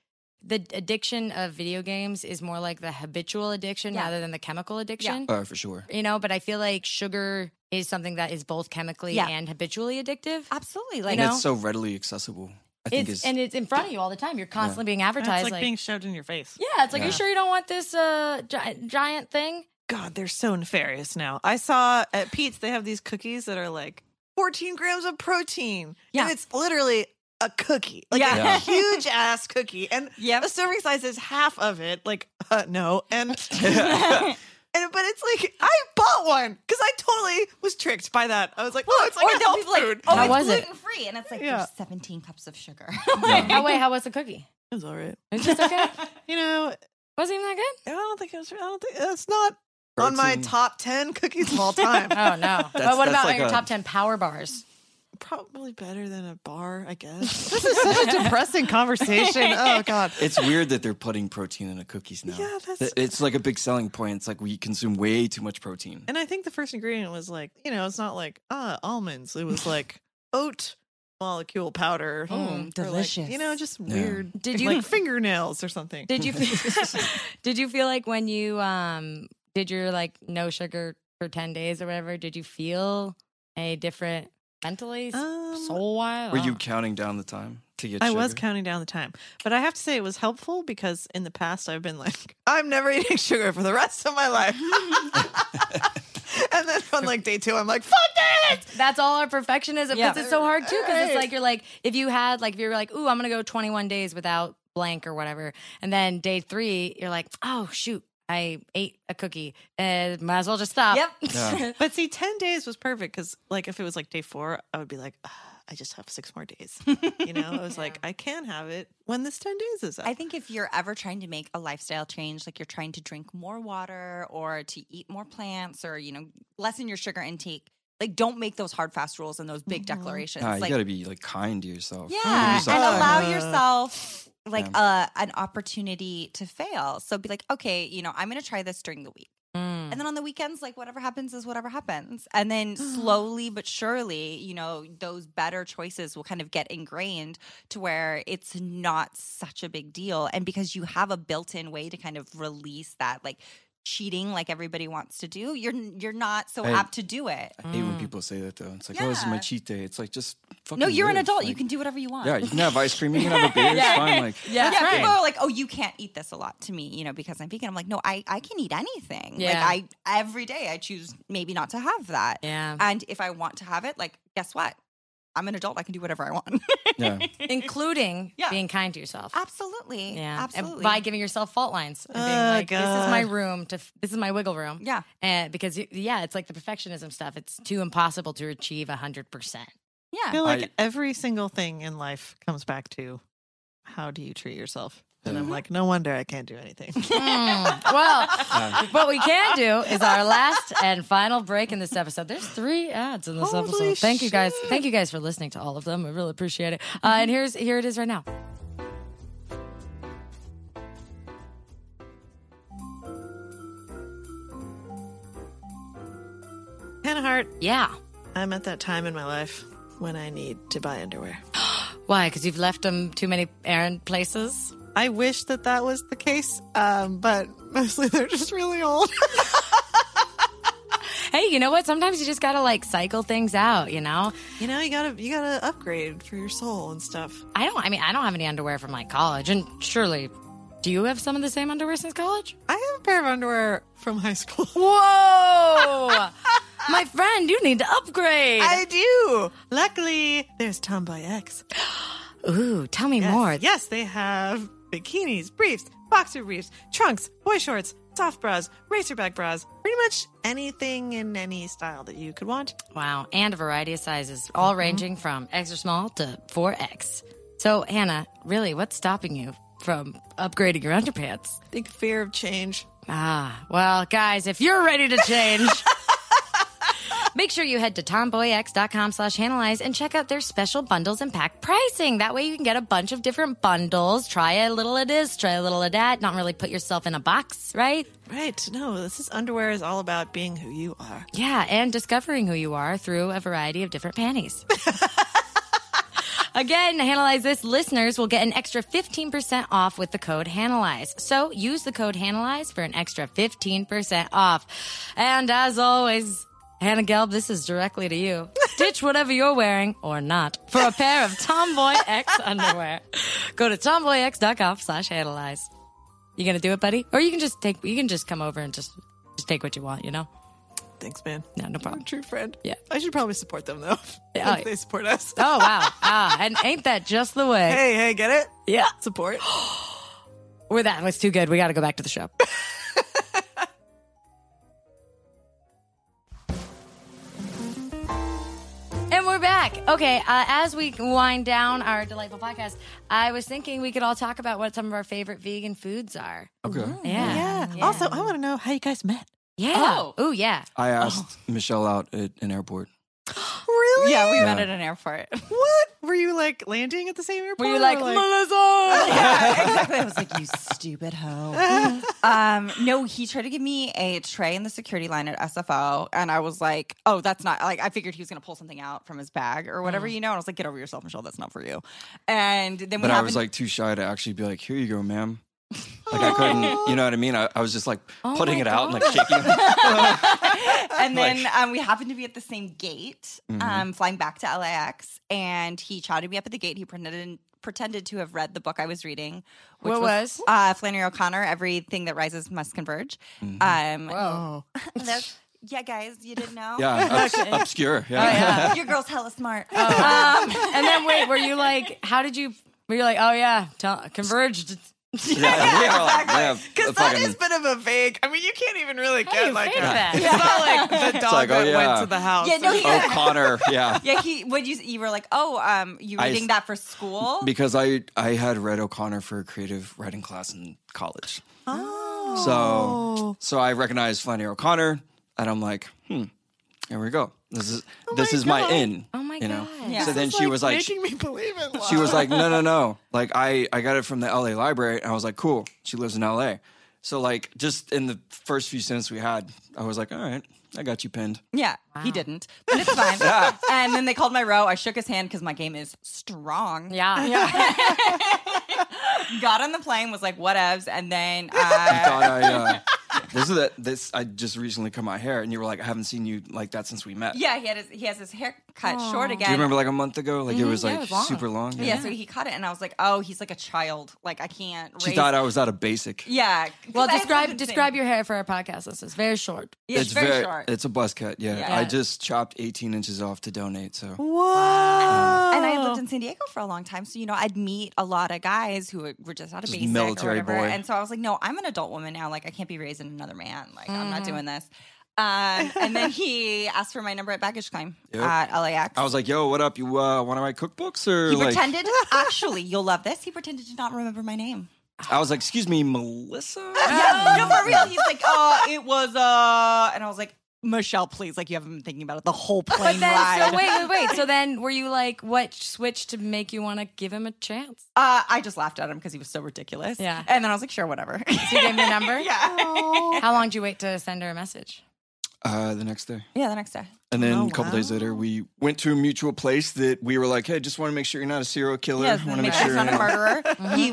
Speaker 2: the addiction of video games is more like the habitual addiction
Speaker 4: Yeah.
Speaker 2: rather than the chemical addiction.
Speaker 5: Oh, for sure.
Speaker 2: You know, but I feel like sugar is something that is both chemically
Speaker 4: Yeah.
Speaker 2: and habitually addictive.
Speaker 4: absolutely like
Speaker 5: and
Speaker 2: know?
Speaker 5: it's so readily accessible. I think
Speaker 2: It's,
Speaker 5: it's,
Speaker 2: and it's in front of you all the time. You're constantly being
Speaker 3: It's
Speaker 2: advertised.
Speaker 3: like, being shoved in your face.
Speaker 2: yeah, it's like
Speaker 5: Yeah.
Speaker 2: you sure you don't want this uh, gi- giant thing?
Speaker 5: <laughs>
Speaker 3: God, they're so nefarious now. I saw at Pete's they have these cookies that are like 14 grams of protein.
Speaker 4: Yeah.
Speaker 3: And it's literally a cookie. Like
Speaker 4: Yeah.
Speaker 3: a
Speaker 5: Yeah.
Speaker 3: huge ass cookie. And
Speaker 4: Yep.
Speaker 3: the serving size is half of it. Like, uh, no. And <laughs> and but it's like I bought one because I totally was tricked by that. I was like, oh, it's like a
Speaker 4: they'll
Speaker 3: health
Speaker 4: be
Speaker 3: food.
Speaker 4: oh
Speaker 2: How
Speaker 4: it's
Speaker 2: was it?
Speaker 4: gluten-free and it's like
Speaker 3: Yeah.
Speaker 4: there's 17 cups
Speaker 2: <laughs>
Speaker 4: of sugar
Speaker 2: oh wait, how was the cookie?
Speaker 3: it was all right.
Speaker 2: It's just
Speaker 3: <laughs>
Speaker 2: okay.
Speaker 3: You know,
Speaker 2: Wasn't even that good.
Speaker 3: I don't think it was. I don't think it's not on my
Speaker 5: Protein.
Speaker 3: top 10 cookies of all
Speaker 5: <laughs>
Speaker 3: time.
Speaker 2: Oh no! but
Speaker 5: That's-
Speaker 2: what
Speaker 5: that's
Speaker 2: about
Speaker 5: like
Speaker 2: your
Speaker 5: a-
Speaker 2: top ten power bars?
Speaker 3: Probably better than a bar, I guess. <laughs> this is such a depressing conversation. <laughs> Oh God.
Speaker 5: It's weird that they're putting protein in the cookies now.
Speaker 3: Yeah, that's-
Speaker 5: Th- it's like a big selling point. It's like we consume way too much protein.
Speaker 3: And I think the first ingredient was like, you know, it's not like uh almonds. It was like oat molecule powder. or, like,
Speaker 4: delicious.
Speaker 3: you know, just
Speaker 5: Yeah.
Speaker 3: weird.
Speaker 2: Did you-
Speaker 3: like fingernails or something?
Speaker 2: Did you
Speaker 5: <laughs>
Speaker 2: feel, did you feel like when you um did your like no sugar for ten days or whatever? Did you feel any different mentally,
Speaker 3: Um,
Speaker 2: soul wise?
Speaker 4: oh.
Speaker 5: Were you counting down the time to get?
Speaker 3: I was
Speaker 5: sugar?
Speaker 3: counting down the time, but I have to say it was helpful because in the past I've been like, <laughs> I'm never eating sugar for the rest of my life. <laughs> and then on like day two, I'm like, fuck this.
Speaker 2: That's all our perfectionism.
Speaker 4: Yeah.
Speaker 2: Because it's so hard too. Because it's
Speaker 3: Right.
Speaker 2: like you're like if you had like if you were like, ooh, I'm gonna go 21 days without blank or whatever, and then day three you're like, oh shoot, I ate a cookie. Uh, might as well just stop.
Speaker 4: Yep. <laughs>
Speaker 5: Yeah.
Speaker 3: But see, 10 days was perfect because, like, if it was like day four, I would be like, "Ah, I just have six more days. You know, I was <laughs> like, I can have it when this 10 days is up.
Speaker 4: I think if you're ever trying to make a lifestyle change, like you're trying to drink more water or to eat more plants or, you know, lessen your sugar intake, like don't make those hard, fast rules and those big declarations.
Speaker 5: Nah, Uh, you
Speaker 4: like,
Speaker 5: gotta be like kind to yourself. Give
Speaker 4: yeah. And
Speaker 5: yourself time.
Speaker 4: allow yourself like uh, an opportunity to fail. So be like, okay, you know, I'm going to try this during the week.
Speaker 2: Mm.
Speaker 4: And then on the weekends, like whatever happens is whatever happens. And
Speaker 5: <sighs>
Speaker 4: then slowly but surely, you know, those better choices will kind of get ingrained to where it's not such a big deal. And because you have a built in way to kind of release that, like, cheating like everybody wants to do you're you're not so
Speaker 5: Hey.
Speaker 4: apt to do it
Speaker 5: I hate when people say that though. It's like, oh, this is
Speaker 4: Mm.
Speaker 5: my
Speaker 4: Yeah.
Speaker 5: cheat day. It's like just fucking.
Speaker 4: no you're an
Speaker 5: live.
Speaker 4: adult you
Speaker 5: Like,
Speaker 4: can do whatever you want
Speaker 5: Yeah, you can have ice cream. You can
Speaker 4: <laughs>
Speaker 5: have a beer. It's fine. Like,
Speaker 4: yeah,
Speaker 2: that's
Speaker 4: people are like, "Oh, you can't eat this a lot." To me, you know, because I'm vegan, I'm like, "No, I I can eat anything.
Speaker 2: Yeah.
Speaker 4: Like I every day I choose maybe not to have that.
Speaker 2: Yeah.
Speaker 4: And if I want to have it, like guess what? I'm an adult. I can do whatever I want. <laughs>
Speaker 5: Yeah.
Speaker 2: including
Speaker 4: Yeah.
Speaker 2: being kind to yourself.
Speaker 4: absolutely.
Speaker 2: Yeah,
Speaker 4: Absolutely.
Speaker 2: And by giving yourself fault lines. And being
Speaker 3: Oh,
Speaker 2: like, This is my
Speaker 3: God.
Speaker 2: room. To f- this is my wiggle room.
Speaker 4: yeah.
Speaker 2: And because y- yeah, it's like the perfectionism stuff. It's too impossible to achieve hundred percent.
Speaker 4: Yeah.
Speaker 3: I feel like
Speaker 5: I-
Speaker 3: every single thing in life comes back to how do you treat yourself? And I'm
Speaker 5: Yeah.
Speaker 3: like, no wonder I can't do <laughs> anything.
Speaker 2: Well,
Speaker 5: Yeah.
Speaker 2: what we can do is our last and final break in this episode. There's three ads in this
Speaker 3: Holy
Speaker 2: episode. Thank you guys.
Speaker 3: shit.
Speaker 2: Thank you guys for listening to all of them. I really appreciate it. Uh, and here's here it is right now.
Speaker 3: Hannah Hart,
Speaker 2: Yeah.
Speaker 3: I'm at that time in my life when I need to buy underwear.
Speaker 2: Why? Because you've left them too many errand places.
Speaker 3: I wish that that was the case, um, but <laughs> mostly they're just really old. <laughs>
Speaker 2: Hey, you know what? Sometimes you just gotta like cycle things out. You know.
Speaker 3: you know, you gotta you gotta upgrade for your soul and stuff.
Speaker 2: I don't. I mean, I don't have any underwear from like college, and surely, do you have some of the same underwear since college?
Speaker 3: I have a pair of underwear from high school.
Speaker 2: Whoa, <laughs> my friend, you need to upgrade.
Speaker 3: I do. Luckily, there's Tomboy X.
Speaker 2: Ooh, tell me more.
Speaker 3: Yes, they have bikinis, briefs, boxer briefs, trunks, boy shorts, soft bras, racerback bras, pretty much anything in any style that you could want.
Speaker 2: Wow, and a variety of sizes, all ranging from extra small to four X. So, Hannah, really, what's stopping you from upgrading your underpants?
Speaker 3: Big fear of change.
Speaker 2: Ah, well, guys, if you're ready to change, make sure you head to tomboyx.com slash analyze and check out their special bundles and pack pricing. That way you can get a bunch of different bundles. Try a little of this, try a little of that. Not really put yourself in a box, right?
Speaker 3: Right. No, this is underwear is all about being who you are.
Speaker 2: Yeah, and discovering who you are through a variety of different panties. Again, Analyze This listeners will get an extra 15% off with the code Hanalyze. So use the code Hanalyze for an extra 15% off. And as always, Hannah Gelb, this is directly to you. Ditch whatever you're wearing or not for a pair of Tomboy X underwear. Go to tomboyx.com slash analyze. You gonna do it, buddy? Or you can just take, you can just come over and just, just take what you want, you know?
Speaker 3: Thanks, man.
Speaker 2: No, no problem.
Speaker 3: I'm a true friend.
Speaker 2: Yeah.
Speaker 3: I should probably support them though.
Speaker 2: Yeah.
Speaker 3: <laughs> If they support us.
Speaker 2: Oh wow! Ah, and ain't that just the way?
Speaker 3: <laughs> Hey, hey, get it?
Speaker 2: Yeah,
Speaker 3: Support.
Speaker 2: we're that was too good. We got to go back to the <laughs> show. and we're back. Okay, uh, as we wind down our delightful podcast, I was thinking we could all talk about what some of our favorite vegan foods are. <gasps>
Speaker 5: Okay.
Speaker 2: Oh,
Speaker 4: Mm-hmm.
Speaker 2: Yeah.
Speaker 3: yeah. Also, I want to know how you guys met.
Speaker 2: Yeah. Oh, yeah.
Speaker 5: I asked Michelle out at an airport.
Speaker 3: Really?
Speaker 4: Yeah, we
Speaker 5: Yeah.
Speaker 4: met at an airport. <laughs>
Speaker 3: What? Were you like landing at the same airport?
Speaker 2: Were you
Speaker 3: or,
Speaker 2: like, Melissa?
Speaker 4: yeah, <laughs> exactly. I was like, you stupid hoe. um, no, he tried to give me a tray in the security line at SFO, and I was like, oh, that's not like I figured he was gonna pull something out from his bag or whatever, you know. And I was like, get over yourself, Michelle. That's not for you. And then we
Speaker 5: But I
Speaker 4: happened- Oh.
Speaker 5: was like too shy to actually be like, here you go, ma'am. Like I couldn't, you know what I mean? I, I was just like
Speaker 2: Oh
Speaker 5: putting
Speaker 2: my
Speaker 5: it out and like
Speaker 2: God.
Speaker 4: <laughs>
Speaker 5: shaking it.
Speaker 4: and then
Speaker 5: Like-
Speaker 4: um, we happened to be at the same gate,
Speaker 5: Mhm.
Speaker 4: um, flying back to LAX, and he chatted me up at the gate. He pretended pretended to have read the book I was reading. Which
Speaker 2: What was?
Speaker 4: Uh, Flannery O'Connor? Everything that rises must converge.
Speaker 5: Mm-hmm.
Speaker 4: Um,
Speaker 2: Whoa. Oh.
Speaker 4: <laughs> that's- yeah, guys, you didn't know.
Speaker 5: Yeah, obs- obscure. Yeah.
Speaker 4: <laughs> Your girl's hella smart.
Speaker 2: Um, <laughs> and then wait, were you like, how did you? Were you like, oh yeah, tell, converged?
Speaker 5: <laughs> Yeah, we are like, we have a
Speaker 3: Because that
Speaker 5: fucking-
Speaker 3: has been of a vague. I mean, you can't even really get
Speaker 2: you
Speaker 3: like
Speaker 2: fake
Speaker 3: a-
Speaker 2: that?
Speaker 3: It's not like the dog
Speaker 5: like, oh,
Speaker 3: that went
Speaker 5: yeah.
Speaker 3: to the house.
Speaker 4: yeah, no, he got-
Speaker 5: O'Connor. Yeah.
Speaker 4: yeah, he. What you you were like? Oh, um, you
Speaker 5: I-
Speaker 4: reading that for school?
Speaker 5: Because I I had read O'Connor for a creative writing class in college. So so I recognized Flannery O'Connor and I'm like, hmm, here we go. This is this
Speaker 3: my
Speaker 5: is my
Speaker 3: God.
Speaker 5: in.
Speaker 2: Oh my
Speaker 5: you know?
Speaker 2: God.
Speaker 5: So then she was like
Speaker 3: making me believe it. Laura.
Speaker 5: she was like, no, no, no. Like I, I got it from the LA library and I was like, cool. She lives in LA. So like just in the first few cents we had, I was like, all right, I got you pinned.
Speaker 4: Yeah, he didn't, but it's
Speaker 5: <laughs>
Speaker 4: fine. And then they called my row. I shook his hand because my game is strong.
Speaker 2: Yeah, yeah.
Speaker 4: Got on the plane, was like, whatevs. And
Speaker 5: <laughs>
Speaker 4: then
Speaker 5: I
Speaker 4: uh,
Speaker 5: thought
Speaker 4: <laughs>
Speaker 5: I, uh, this is that, this, I just recently cut my hair and you were like, I haven't seen you like that since we met.
Speaker 4: yeah, he had his, he has his hair cut short again.
Speaker 5: Do you remember like a month ago? Like it was
Speaker 2: yeah, it
Speaker 5: like
Speaker 2: was long.
Speaker 5: super long.
Speaker 4: Mm-hmm. Yeah, so he cut it, and I was like, "Oh, he's like a child. Like I can't."
Speaker 5: She
Speaker 4: raise-
Speaker 5: thought I was out of basic.
Speaker 4: Yeah. 'cause
Speaker 2: Well,
Speaker 4: I had
Speaker 2: describe
Speaker 4: something to say.
Speaker 2: describe your hair for our podcast listeners. Very short.
Speaker 4: Yeah, It's, very, short.
Speaker 5: It's a buzz cut. Yeah.
Speaker 4: Yeah.
Speaker 5: I just chopped 18 inches off to donate. So
Speaker 6: Whoa.
Speaker 4: and I had
Speaker 2: Oh.
Speaker 4: lived in San Diego for a long time, so you know I'd meet a lot of guys who were just out of
Speaker 5: Just
Speaker 4: basic
Speaker 5: military
Speaker 4: or whatever.
Speaker 5: boy.
Speaker 4: And so I was like, no, I'm an adult woman now. Like I can't be raising another man. Like I'm
Speaker 2: Mm.
Speaker 4: not doing this. Um,
Speaker 2: <laughs>
Speaker 4: and then he asked for my number at baggage claim
Speaker 5: Yep.
Speaker 4: at LAX.
Speaker 5: I was like, yo, what up? You uh, one of my cookbooks? Or
Speaker 4: he
Speaker 5: like,
Speaker 4: pretended.
Speaker 5: <laughs>
Speaker 4: actually, you'll love this. He pretended to not remember my name.
Speaker 5: I was like, excuse me, Melissa?
Speaker 2: <laughs>
Speaker 4: Yeah, no, for real. He's like, uh, it was uh, and I was like, Michelle, please, like you haven't been thinking about it the whole plane
Speaker 2: But then,
Speaker 4: ride.
Speaker 2: so wait, wait, wait. So then, were you like, what switched to make you want to give him a chance?
Speaker 4: Uh, I just laughed at him because he was so ridiculous.
Speaker 2: Yeah.
Speaker 4: and then I was like,
Speaker 2: <laughs>
Speaker 4: sure, whatever.
Speaker 2: You gave him your number.
Speaker 4: <laughs> yeah,
Speaker 2: How long did you wait to send her a message?
Speaker 5: Uh, the next day.
Speaker 4: yeah. The next day.
Speaker 5: And then
Speaker 4: Oh,
Speaker 5: a couple days later, we went to a mutual place that we were like, hey, just want to make sure you're not a serial killer.
Speaker 4: Yes,
Speaker 5: want to
Speaker 4: make sure he's not a murderer. he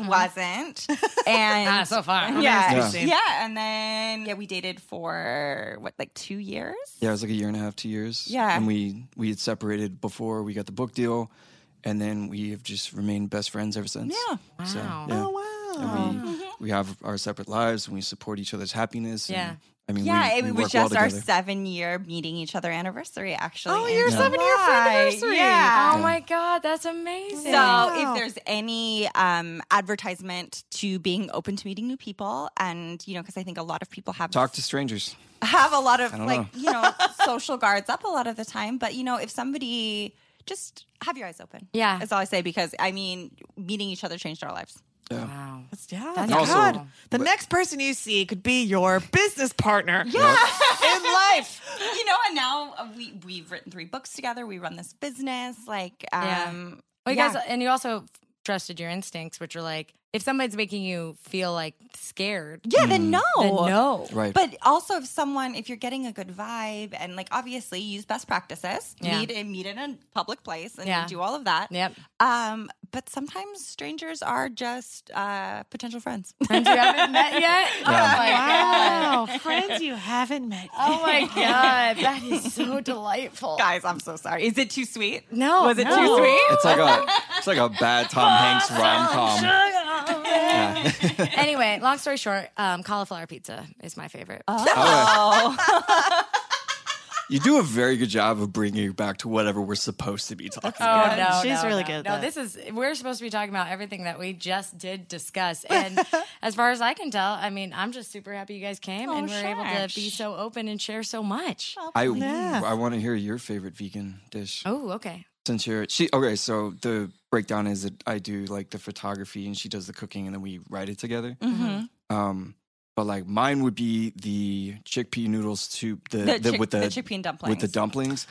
Speaker 2: <laughs>
Speaker 4: wasn't. And
Speaker 2: Mm-hmm. Ah, so far.
Speaker 4: yeah, yeah.
Speaker 3: Interesting.
Speaker 4: and then yeah, we dated for what, like two years?
Speaker 5: Yeah, it was like a year and a half, two years.
Speaker 4: Yeah.
Speaker 5: And we we had separated before we got the book deal, and then we have just remained best friends ever since.
Speaker 4: Yeah. Oh, Mm-hmm.
Speaker 5: So,
Speaker 2: Wow.
Speaker 5: yeah.
Speaker 3: Wow.
Speaker 5: And we we have our separate lives and we support each other's happiness. and,
Speaker 2: Yeah.
Speaker 5: I mean,
Speaker 4: Yeah,
Speaker 5: we,
Speaker 4: it
Speaker 5: we
Speaker 4: was
Speaker 5: work well
Speaker 4: just our
Speaker 5: together.
Speaker 4: seven year meeting each other anniversary. Actually,
Speaker 3: Oh,
Speaker 4: in
Speaker 3: your seven-year
Speaker 4: July.
Speaker 3: friendiversary.
Speaker 4: Yeah.
Speaker 2: Oh my god, that's amazing.
Speaker 4: So if there's any um, advertisement to being open to meeting new people, and you know, because I think a lot of people have
Speaker 5: Talk to strangers.
Speaker 4: <laughs> have a lot of
Speaker 5: don't
Speaker 4: like you know
Speaker 5: <laughs>
Speaker 4: social guards up a lot of the time, but you know, if somebody just have your eyes open,
Speaker 2: Yeah.
Speaker 4: that's all I say because I mean, meeting each other changed our lives.
Speaker 2: wow.
Speaker 3: That's- yeah,
Speaker 2: That's
Speaker 3: my
Speaker 5: also-
Speaker 3: God. The next person you see could be your business partner. Yeah. In life.
Speaker 4: <laughs> You know, and now uh, we we've written three books together. We run this business, like
Speaker 2: Yeah.
Speaker 4: um,
Speaker 2: Well, you
Speaker 4: yeah.
Speaker 2: guys, uh, and you also trusted your instincts, which are like, if somebody's making you feel like scared,
Speaker 4: yeah, then
Speaker 5: Mm.
Speaker 4: no,
Speaker 2: then no.
Speaker 5: Right.
Speaker 4: But also, if someone, if you're getting a good vibe, and like obviously use best practices,
Speaker 2: Yeah.
Speaker 4: meet and meet in a public place, and
Speaker 2: Yeah.
Speaker 4: do all of that.
Speaker 2: Yep.
Speaker 4: Um, but sometimes strangers are just uh, potential friends. <laughs>
Speaker 2: Friends you haven't met yet. Oh my god.
Speaker 3: Wow. <laughs> Friends you haven't met.
Speaker 2: Oh my god, that is so delightful.
Speaker 4: Guys, I'm so sorry. Is it too sweet?
Speaker 2: No,
Speaker 4: was it
Speaker 2: no.
Speaker 4: too sweet?
Speaker 5: It's
Speaker 4: <laughs>
Speaker 5: like a it's like a bad Tom Hanks rom com.
Speaker 2: Anyway, long story short, um, cauliflower pizza is my favorite.
Speaker 5: You do a very good job of bringing it back to whatever we're supposed to be talking about.
Speaker 2: Oh
Speaker 3: good.
Speaker 2: no,
Speaker 3: She's
Speaker 2: no,
Speaker 3: really
Speaker 2: no.
Speaker 3: good at
Speaker 2: No,
Speaker 3: that.
Speaker 2: this is we're supposed to be talking about everything that we just did discuss, and as far as I can tell, I mean, I'm just super happy you guys came and we're able to be
Speaker 4: shucks.
Speaker 2: so open and share so much. Oh,
Speaker 5: I
Speaker 3: Yeah.
Speaker 5: I want to hear your favorite vegan dish.
Speaker 2: okay.
Speaker 5: Since you're she okay, so the breakdown is that I do like the photography and she does the cooking and then we write it together.
Speaker 4: Mhm.
Speaker 5: Um, but like mine would be the chickpea noodle soup, the,
Speaker 4: The,
Speaker 5: the-
Speaker 4: chick-
Speaker 5: with the,
Speaker 4: the chickpea and Oh. dumplings.
Speaker 5: with the dumplings.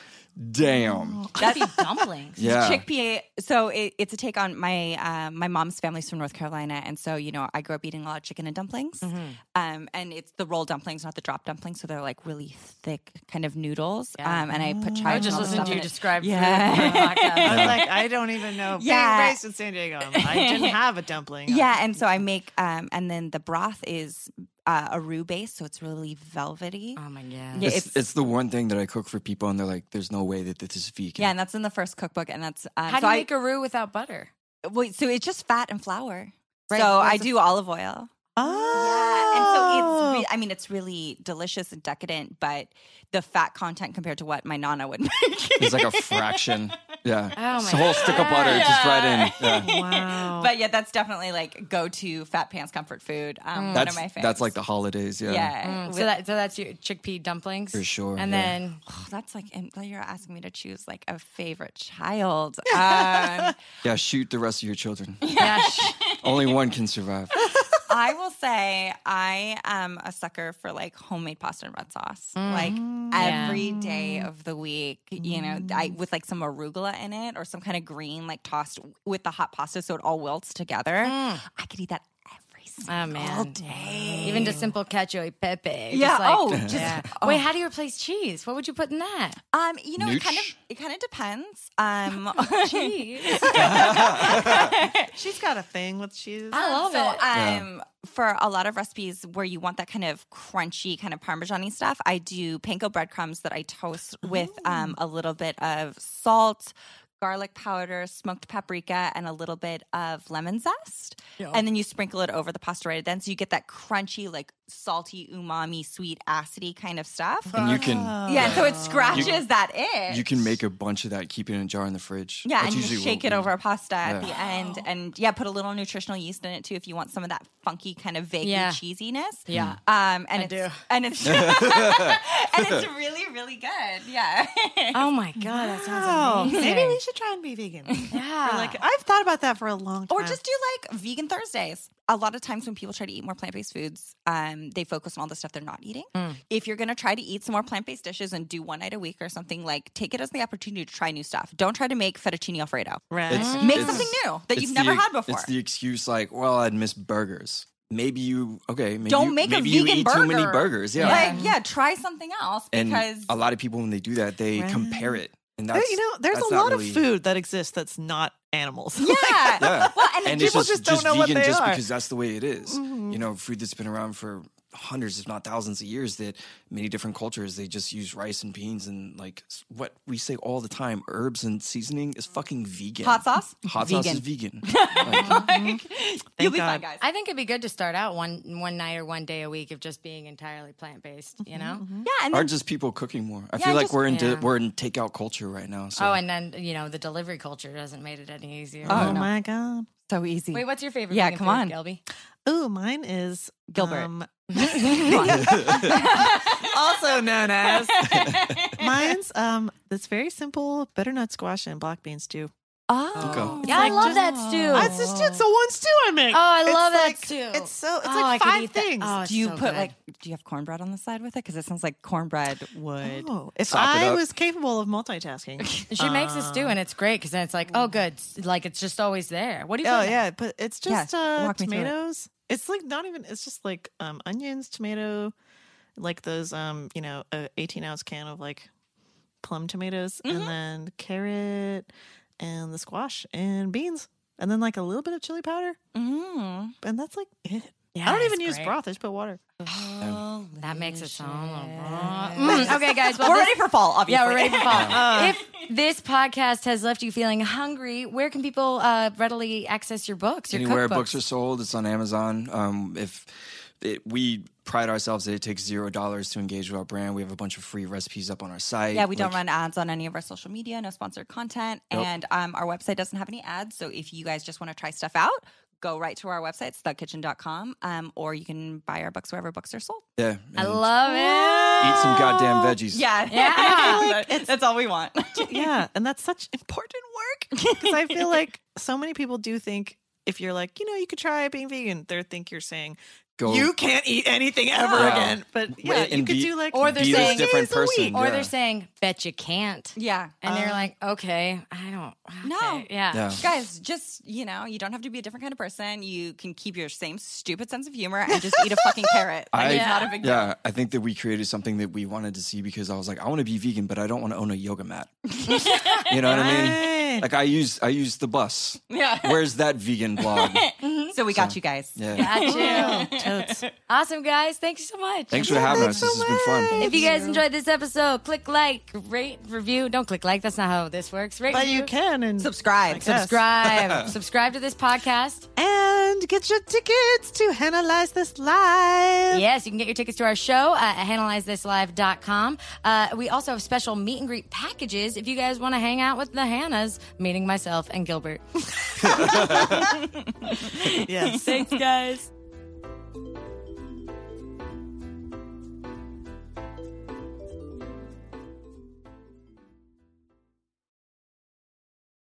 Speaker 5: Damn,
Speaker 4: That's <laughs>
Speaker 2: dumplings.
Speaker 5: yeah,
Speaker 4: chickpea. So it, it's a take on my uh, my mom's family's from North Carolina, and so you know I grew up eating a lot of chicken and dumplings.
Speaker 2: Mm-hmm.
Speaker 4: Um, and it's the roll dumplings, not the drop dumplings. So they're like really thick kind of noodles. Um, and I put chives.
Speaker 2: Oh. I
Speaker 4: and
Speaker 2: just
Speaker 4: all the
Speaker 2: listened
Speaker 4: stuff
Speaker 2: to you
Speaker 4: in it.
Speaker 2: describe
Speaker 4: Yeah.
Speaker 2: food. on the
Speaker 3: I <laughs>
Speaker 2: podcast.
Speaker 3: was like, I don't even know.
Speaker 4: Yeah.
Speaker 3: Being raised in San Diego, I didn't have a dumpling.
Speaker 4: Yeah, and so I make, um, and then the broth is uh, a roux base, so it's really velvety.
Speaker 2: Oh my god.
Speaker 4: Yeah,
Speaker 5: it's,
Speaker 4: it's-
Speaker 5: it's the one thing that I cook for people and they're like, "There's no way that this is vegan."
Speaker 4: yeah, and that's in the first cookbook, and that's um,
Speaker 2: How
Speaker 4: so
Speaker 2: do you
Speaker 4: I-
Speaker 2: make a roux without butter?
Speaker 4: Wait, so it's just fat and flour.
Speaker 2: Right,
Speaker 4: So
Speaker 2: where's
Speaker 4: I
Speaker 2: the-
Speaker 4: do olive oil.
Speaker 3: Oh.
Speaker 4: Yeah,
Speaker 2: Oh.
Speaker 4: and so it's. Re- I mean, it's really delicious and decadent, but the fat content compared to what my nana would <laughs> make.
Speaker 5: it's like
Speaker 4: <laughs>
Speaker 5: a fraction. Yeah,
Speaker 2: Oh
Speaker 5: it's
Speaker 2: my
Speaker 5: a whole stick of butter just right in. Yeah.
Speaker 3: Wow.
Speaker 4: But yeah, that's definitely like go-to fat pants comfort food. Um, One
Speaker 5: That's
Speaker 4: of my favorites.
Speaker 5: that's like the holidays. Yeah,
Speaker 4: yeah.
Speaker 2: Mm, so that so that's your chickpea dumplings
Speaker 5: For sure,
Speaker 2: and
Speaker 5: yeah.
Speaker 2: then
Speaker 4: Oh, that's like and you're asking me to choose like a favorite child. Um,
Speaker 5: Yeah, Shoot the rest of
Speaker 4: <laughs>
Speaker 5: your children.
Speaker 2: gosh,
Speaker 5: Only one can survive.
Speaker 4: I will say I am a sucker for like homemade pasta and red sauce. Like every day of the week, you know, I with like some arugula in it or some kind of green like tossed with the hot pasta so it all wilts together. I could eat that every
Speaker 2: Oh man, all day. Even just simple cacio e pepe.
Speaker 4: Yeah,
Speaker 2: Just like-
Speaker 4: oh, just-
Speaker 2: yeah.
Speaker 4: oh.
Speaker 2: Wait, how do you replace cheese? What would you put in that?
Speaker 4: <laughs> Um, you know, it kind of
Speaker 5: Nooch.
Speaker 4: it kind of depends. Um,
Speaker 2: Cheese.
Speaker 3: She's got a thing with cheese.
Speaker 2: I love
Speaker 4: so,
Speaker 2: it.
Speaker 4: Um, for a lot of recipes where you want that kind of crunchy, kind of parmesan-y stuff, I do panko breadcrumbs that I toast with um, a little bit of salt, garlic powder, smoked paprika, and a little bit of lemon zest, and then you sprinkle it over the pasta right at the end, so you get that crunchy, like salty, umami, sweet, acidy kind of stuff.
Speaker 5: And you can
Speaker 4: Yeah, so it scratches that itch.
Speaker 5: you can make a bunch of that, keep it in a jar in the fridge.
Speaker 4: Yeah,
Speaker 5: That's
Speaker 4: and you
Speaker 5: usually
Speaker 4: shake
Speaker 5: what
Speaker 4: it
Speaker 5: we-
Speaker 4: over a pasta at
Speaker 5: Yeah.
Speaker 4: the end, and yeah, put a little nutritional yeast in it too if you want some of that funky kind of vaguey
Speaker 2: Yeah.
Speaker 4: cheesiness.
Speaker 2: Yeah.
Speaker 4: um, and
Speaker 2: I
Speaker 4: it's
Speaker 2: do.
Speaker 4: and it's <laughs> and it's really really good.
Speaker 2: <laughs>
Speaker 4: Yeah,
Speaker 2: Oh my god, that
Speaker 3: Oh,
Speaker 2: sounds amazing.
Speaker 3: maybe we should try and be <laughs> vegan.
Speaker 2: Yeah.
Speaker 3: We're like, I've thought about that for a long time.
Speaker 4: or just do like vegan Thursdays. A lot of times when people try to eat more plant based foods, um, they focus on all the stuff they're not eating.
Speaker 2: Mm.
Speaker 4: If you're gonna try to eat some more plant based dishes and do one night a week or something, like take it as the opportunity to try new stuff. Don't try to make fettuccine alfredo.
Speaker 3: right.
Speaker 5: It's-
Speaker 4: Make
Speaker 5: it's-
Speaker 4: something new that
Speaker 5: it's
Speaker 4: you've
Speaker 5: the-
Speaker 4: never had before.
Speaker 5: It's the excuse like, well, I'd miss burgers. Maybe you okay. Maybe
Speaker 4: Don't
Speaker 5: you,
Speaker 4: make a
Speaker 5: maybe
Speaker 4: vegan
Speaker 5: you eat too many
Speaker 4: burger.
Speaker 5: burgers. Yeah,
Speaker 4: Like, yeah, try something else
Speaker 5: and
Speaker 4: because
Speaker 5: a lot of people when they do that, they compare it, and
Speaker 3: There-
Speaker 5: that's
Speaker 3: you know, there's
Speaker 5: that's
Speaker 3: a
Speaker 5: not
Speaker 3: lot
Speaker 5: really-
Speaker 3: of food that exists that's not animals. <laughs>
Speaker 4: <laughs> yeah.
Speaker 5: <laughs> Yeah.
Speaker 4: Well, and,
Speaker 5: and
Speaker 4: the
Speaker 5: it's
Speaker 4: people
Speaker 3: just
Speaker 5: just,
Speaker 3: don't know what
Speaker 5: vegan
Speaker 3: they
Speaker 5: just
Speaker 3: are.
Speaker 5: because that's the way it is. You know, food that's been around for hundreds, if not thousands of years, that many different cultures, they just use rice and beans and like s- what we say all the time, herbs and seasoning is fucking vegan.
Speaker 4: hot sauce,
Speaker 5: Hot
Speaker 4: vegan.
Speaker 5: sauce is vegan. Like,
Speaker 4: You'll be
Speaker 3: God.
Speaker 4: fine, guys.
Speaker 2: I think it'd be good to start out one one night or one day a week of just being entirely plant based. You know.
Speaker 4: yeah, and
Speaker 5: are
Speaker 4: then,
Speaker 5: just people cooking more? I
Speaker 4: Yeah,
Speaker 5: feel like
Speaker 4: just-
Speaker 5: we're in
Speaker 2: yeah.
Speaker 5: we're in takeout culture right now. So.
Speaker 2: Oh, and then you know the delivery culture hasn't made it any easier.
Speaker 3: Oh,
Speaker 4: Oh, no.
Speaker 3: my god.
Speaker 4: so easy. <laughs>
Speaker 2: Wait, what's your favorite?
Speaker 4: Yeah,
Speaker 2: vegan
Speaker 4: come
Speaker 2: food,
Speaker 4: on.
Speaker 2: Gelby.
Speaker 4: <laughs>
Speaker 3: Ooh, mine is
Speaker 4: Gilbert.
Speaker 3: um,
Speaker 6: also known
Speaker 2: <laughs>
Speaker 6: as
Speaker 3: mine's um this very simple butternut squash and black bean stew.
Speaker 4: oh,
Speaker 5: Okay.
Speaker 2: Yeah, I
Speaker 3: like
Speaker 2: love
Speaker 3: just-
Speaker 2: that stew.
Speaker 3: Uh, It's just it's the one stew I make.
Speaker 2: Oh, I
Speaker 3: It's
Speaker 2: love that
Speaker 3: like-
Speaker 2: stew.
Speaker 3: It's so it's
Speaker 2: Oh, I
Speaker 3: like
Speaker 2: could
Speaker 3: five
Speaker 2: eat that.
Speaker 3: things.
Speaker 2: Oh, it's
Speaker 4: do you
Speaker 2: so
Speaker 4: put
Speaker 2: good.
Speaker 4: like? Do you have cornbread on the side with it? Because it sounds like cornbread would.
Speaker 3: Oh, if
Speaker 5: Sop it
Speaker 3: I
Speaker 5: up.
Speaker 3: was capable of
Speaker 2: <laughs>
Speaker 3: multitasking.
Speaker 2: <laughs> She makes a
Speaker 4: Uh.
Speaker 2: stew and it's great because then it's like, oh, good. It's- Like it's just always there. What do you?
Speaker 3: oh
Speaker 2: put in it?
Speaker 3: yeah, but it's
Speaker 4: Yeah,
Speaker 3: just uh,
Speaker 4: walk me through it.
Speaker 3: tomatoes. It's like not even. It's just like um, onions, tomato, like those um, you know, a eighteen ounce can of like plum tomatoes,
Speaker 4: Mm-hmm.
Speaker 3: and then carrot and the squash and beans, and then like a little bit of chili powder,
Speaker 4: Mm.
Speaker 3: and that's like it.
Speaker 2: Yeah,
Speaker 3: I don't even
Speaker 2: it's
Speaker 3: use
Speaker 2: great.
Speaker 3: broth. I just put water.
Speaker 2: That makes it sound. Mm, okay, guys. Well,
Speaker 4: We're
Speaker 2: this-
Speaker 4: ready for fall, obviously.
Speaker 2: Yeah, we're ready for
Speaker 5: <laughs>
Speaker 2: fall. if this podcast has left you feeling hungry, where can people uh, readily access your books? <laughs> Your
Speaker 5: <laughs> anywhere
Speaker 2: cookbooks?
Speaker 5: books are sold. It's on Amazon. Um, if it, we pride ourselves that it takes zero dollars to engage with our brand, we have a bunch of free recipes up on our site.
Speaker 4: Yeah, we don't
Speaker 5: Like,
Speaker 4: run ads on any of our social media, no sponsored content, and um, our website doesn't have any ads. So if you guys just want to try stuff out, go right to our website, studkitchen.com, um, or you can buy our books wherever books are sold.
Speaker 5: Yeah,
Speaker 2: I
Speaker 5: and
Speaker 2: love
Speaker 4: Oh,
Speaker 2: it.
Speaker 5: eat some
Speaker 3: Uh,
Speaker 5: goddamn
Speaker 4: <laughs>
Speaker 5: veggies.
Speaker 4: Yeah,
Speaker 2: Yeah.
Speaker 4: that's all we <laughs> want.
Speaker 3: yeah, and that's such important work because I
Speaker 4: <laughs>
Speaker 3: feel like so many people do think if you're like, you know, you could try being vegan, they think you're saying
Speaker 5: Go
Speaker 3: you can't eat anything ever
Speaker 5: Yeah.
Speaker 3: again. But yeah,
Speaker 5: and
Speaker 3: you could
Speaker 5: be-
Speaker 3: do like
Speaker 2: Or they're
Speaker 5: be
Speaker 2: saying-
Speaker 5: this different
Speaker 3: Days a
Speaker 5: person.
Speaker 3: week.
Speaker 2: Or
Speaker 5: yeah.
Speaker 2: they're saying, "Bet you can't,"
Speaker 4: yeah.
Speaker 2: and
Speaker 5: Um,
Speaker 2: they're like, "Okay, I don't." okay,
Speaker 4: Uh-huh. No.
Speaker 2: yeah.
Speaker 4: <laughs>
Speaker 5: Yeah.
Speaker 4: Guys, just you know, you don't have to be a different kind of person. You can keep your same stupid sense of humor and just eat a
Speaker 5: <laughs>
Speaker 4: fucking carrot. Like,
Speaker 5: I,
Speaker 4: it's not a big deal.
Speaker 5: yeah, I think that we created something that we wanted to see because I was like, I want to be vegan, but I don't want to own a yoga mat. you know what I mean? Like I use I use the bus.
Speaker 4: Yeah.
Speaker 5: Where's that vegan blog?
Speaker 4: So we got you guys.
Speaker 5: Yeah.
Speaker 2: Gotcha.
Speaker 3: Totes.
Speaker 2: awesome, guys. Thank you so much.
Speaker 5: Thanks for having us. This has been fun.
Speaker 2: If you guys enjoyed this episode, click like, rate, review. Don't click like. That's not how this works. Rate,
Speaker 3: <laughs> But
Speaker 2: review,
Speaker 3: you can and
Speaker 4: Subscribe.
Speaker 3: yes.
Speaker 5: <laughs>
Speaker 2: subscribe, subscribe to this podcast.
Speaker 3: and get your tickets to analyze this live.
Speaker 2: Yes, you can get your tickets to our show uh, at analyzethislive.com. Uh, we also have special meet and greet packages if you guys want to hang out with the Hannahs, meaning myself and Gilbert.
Speaker 3: Yes.
Speaker 2: Thanks, guys.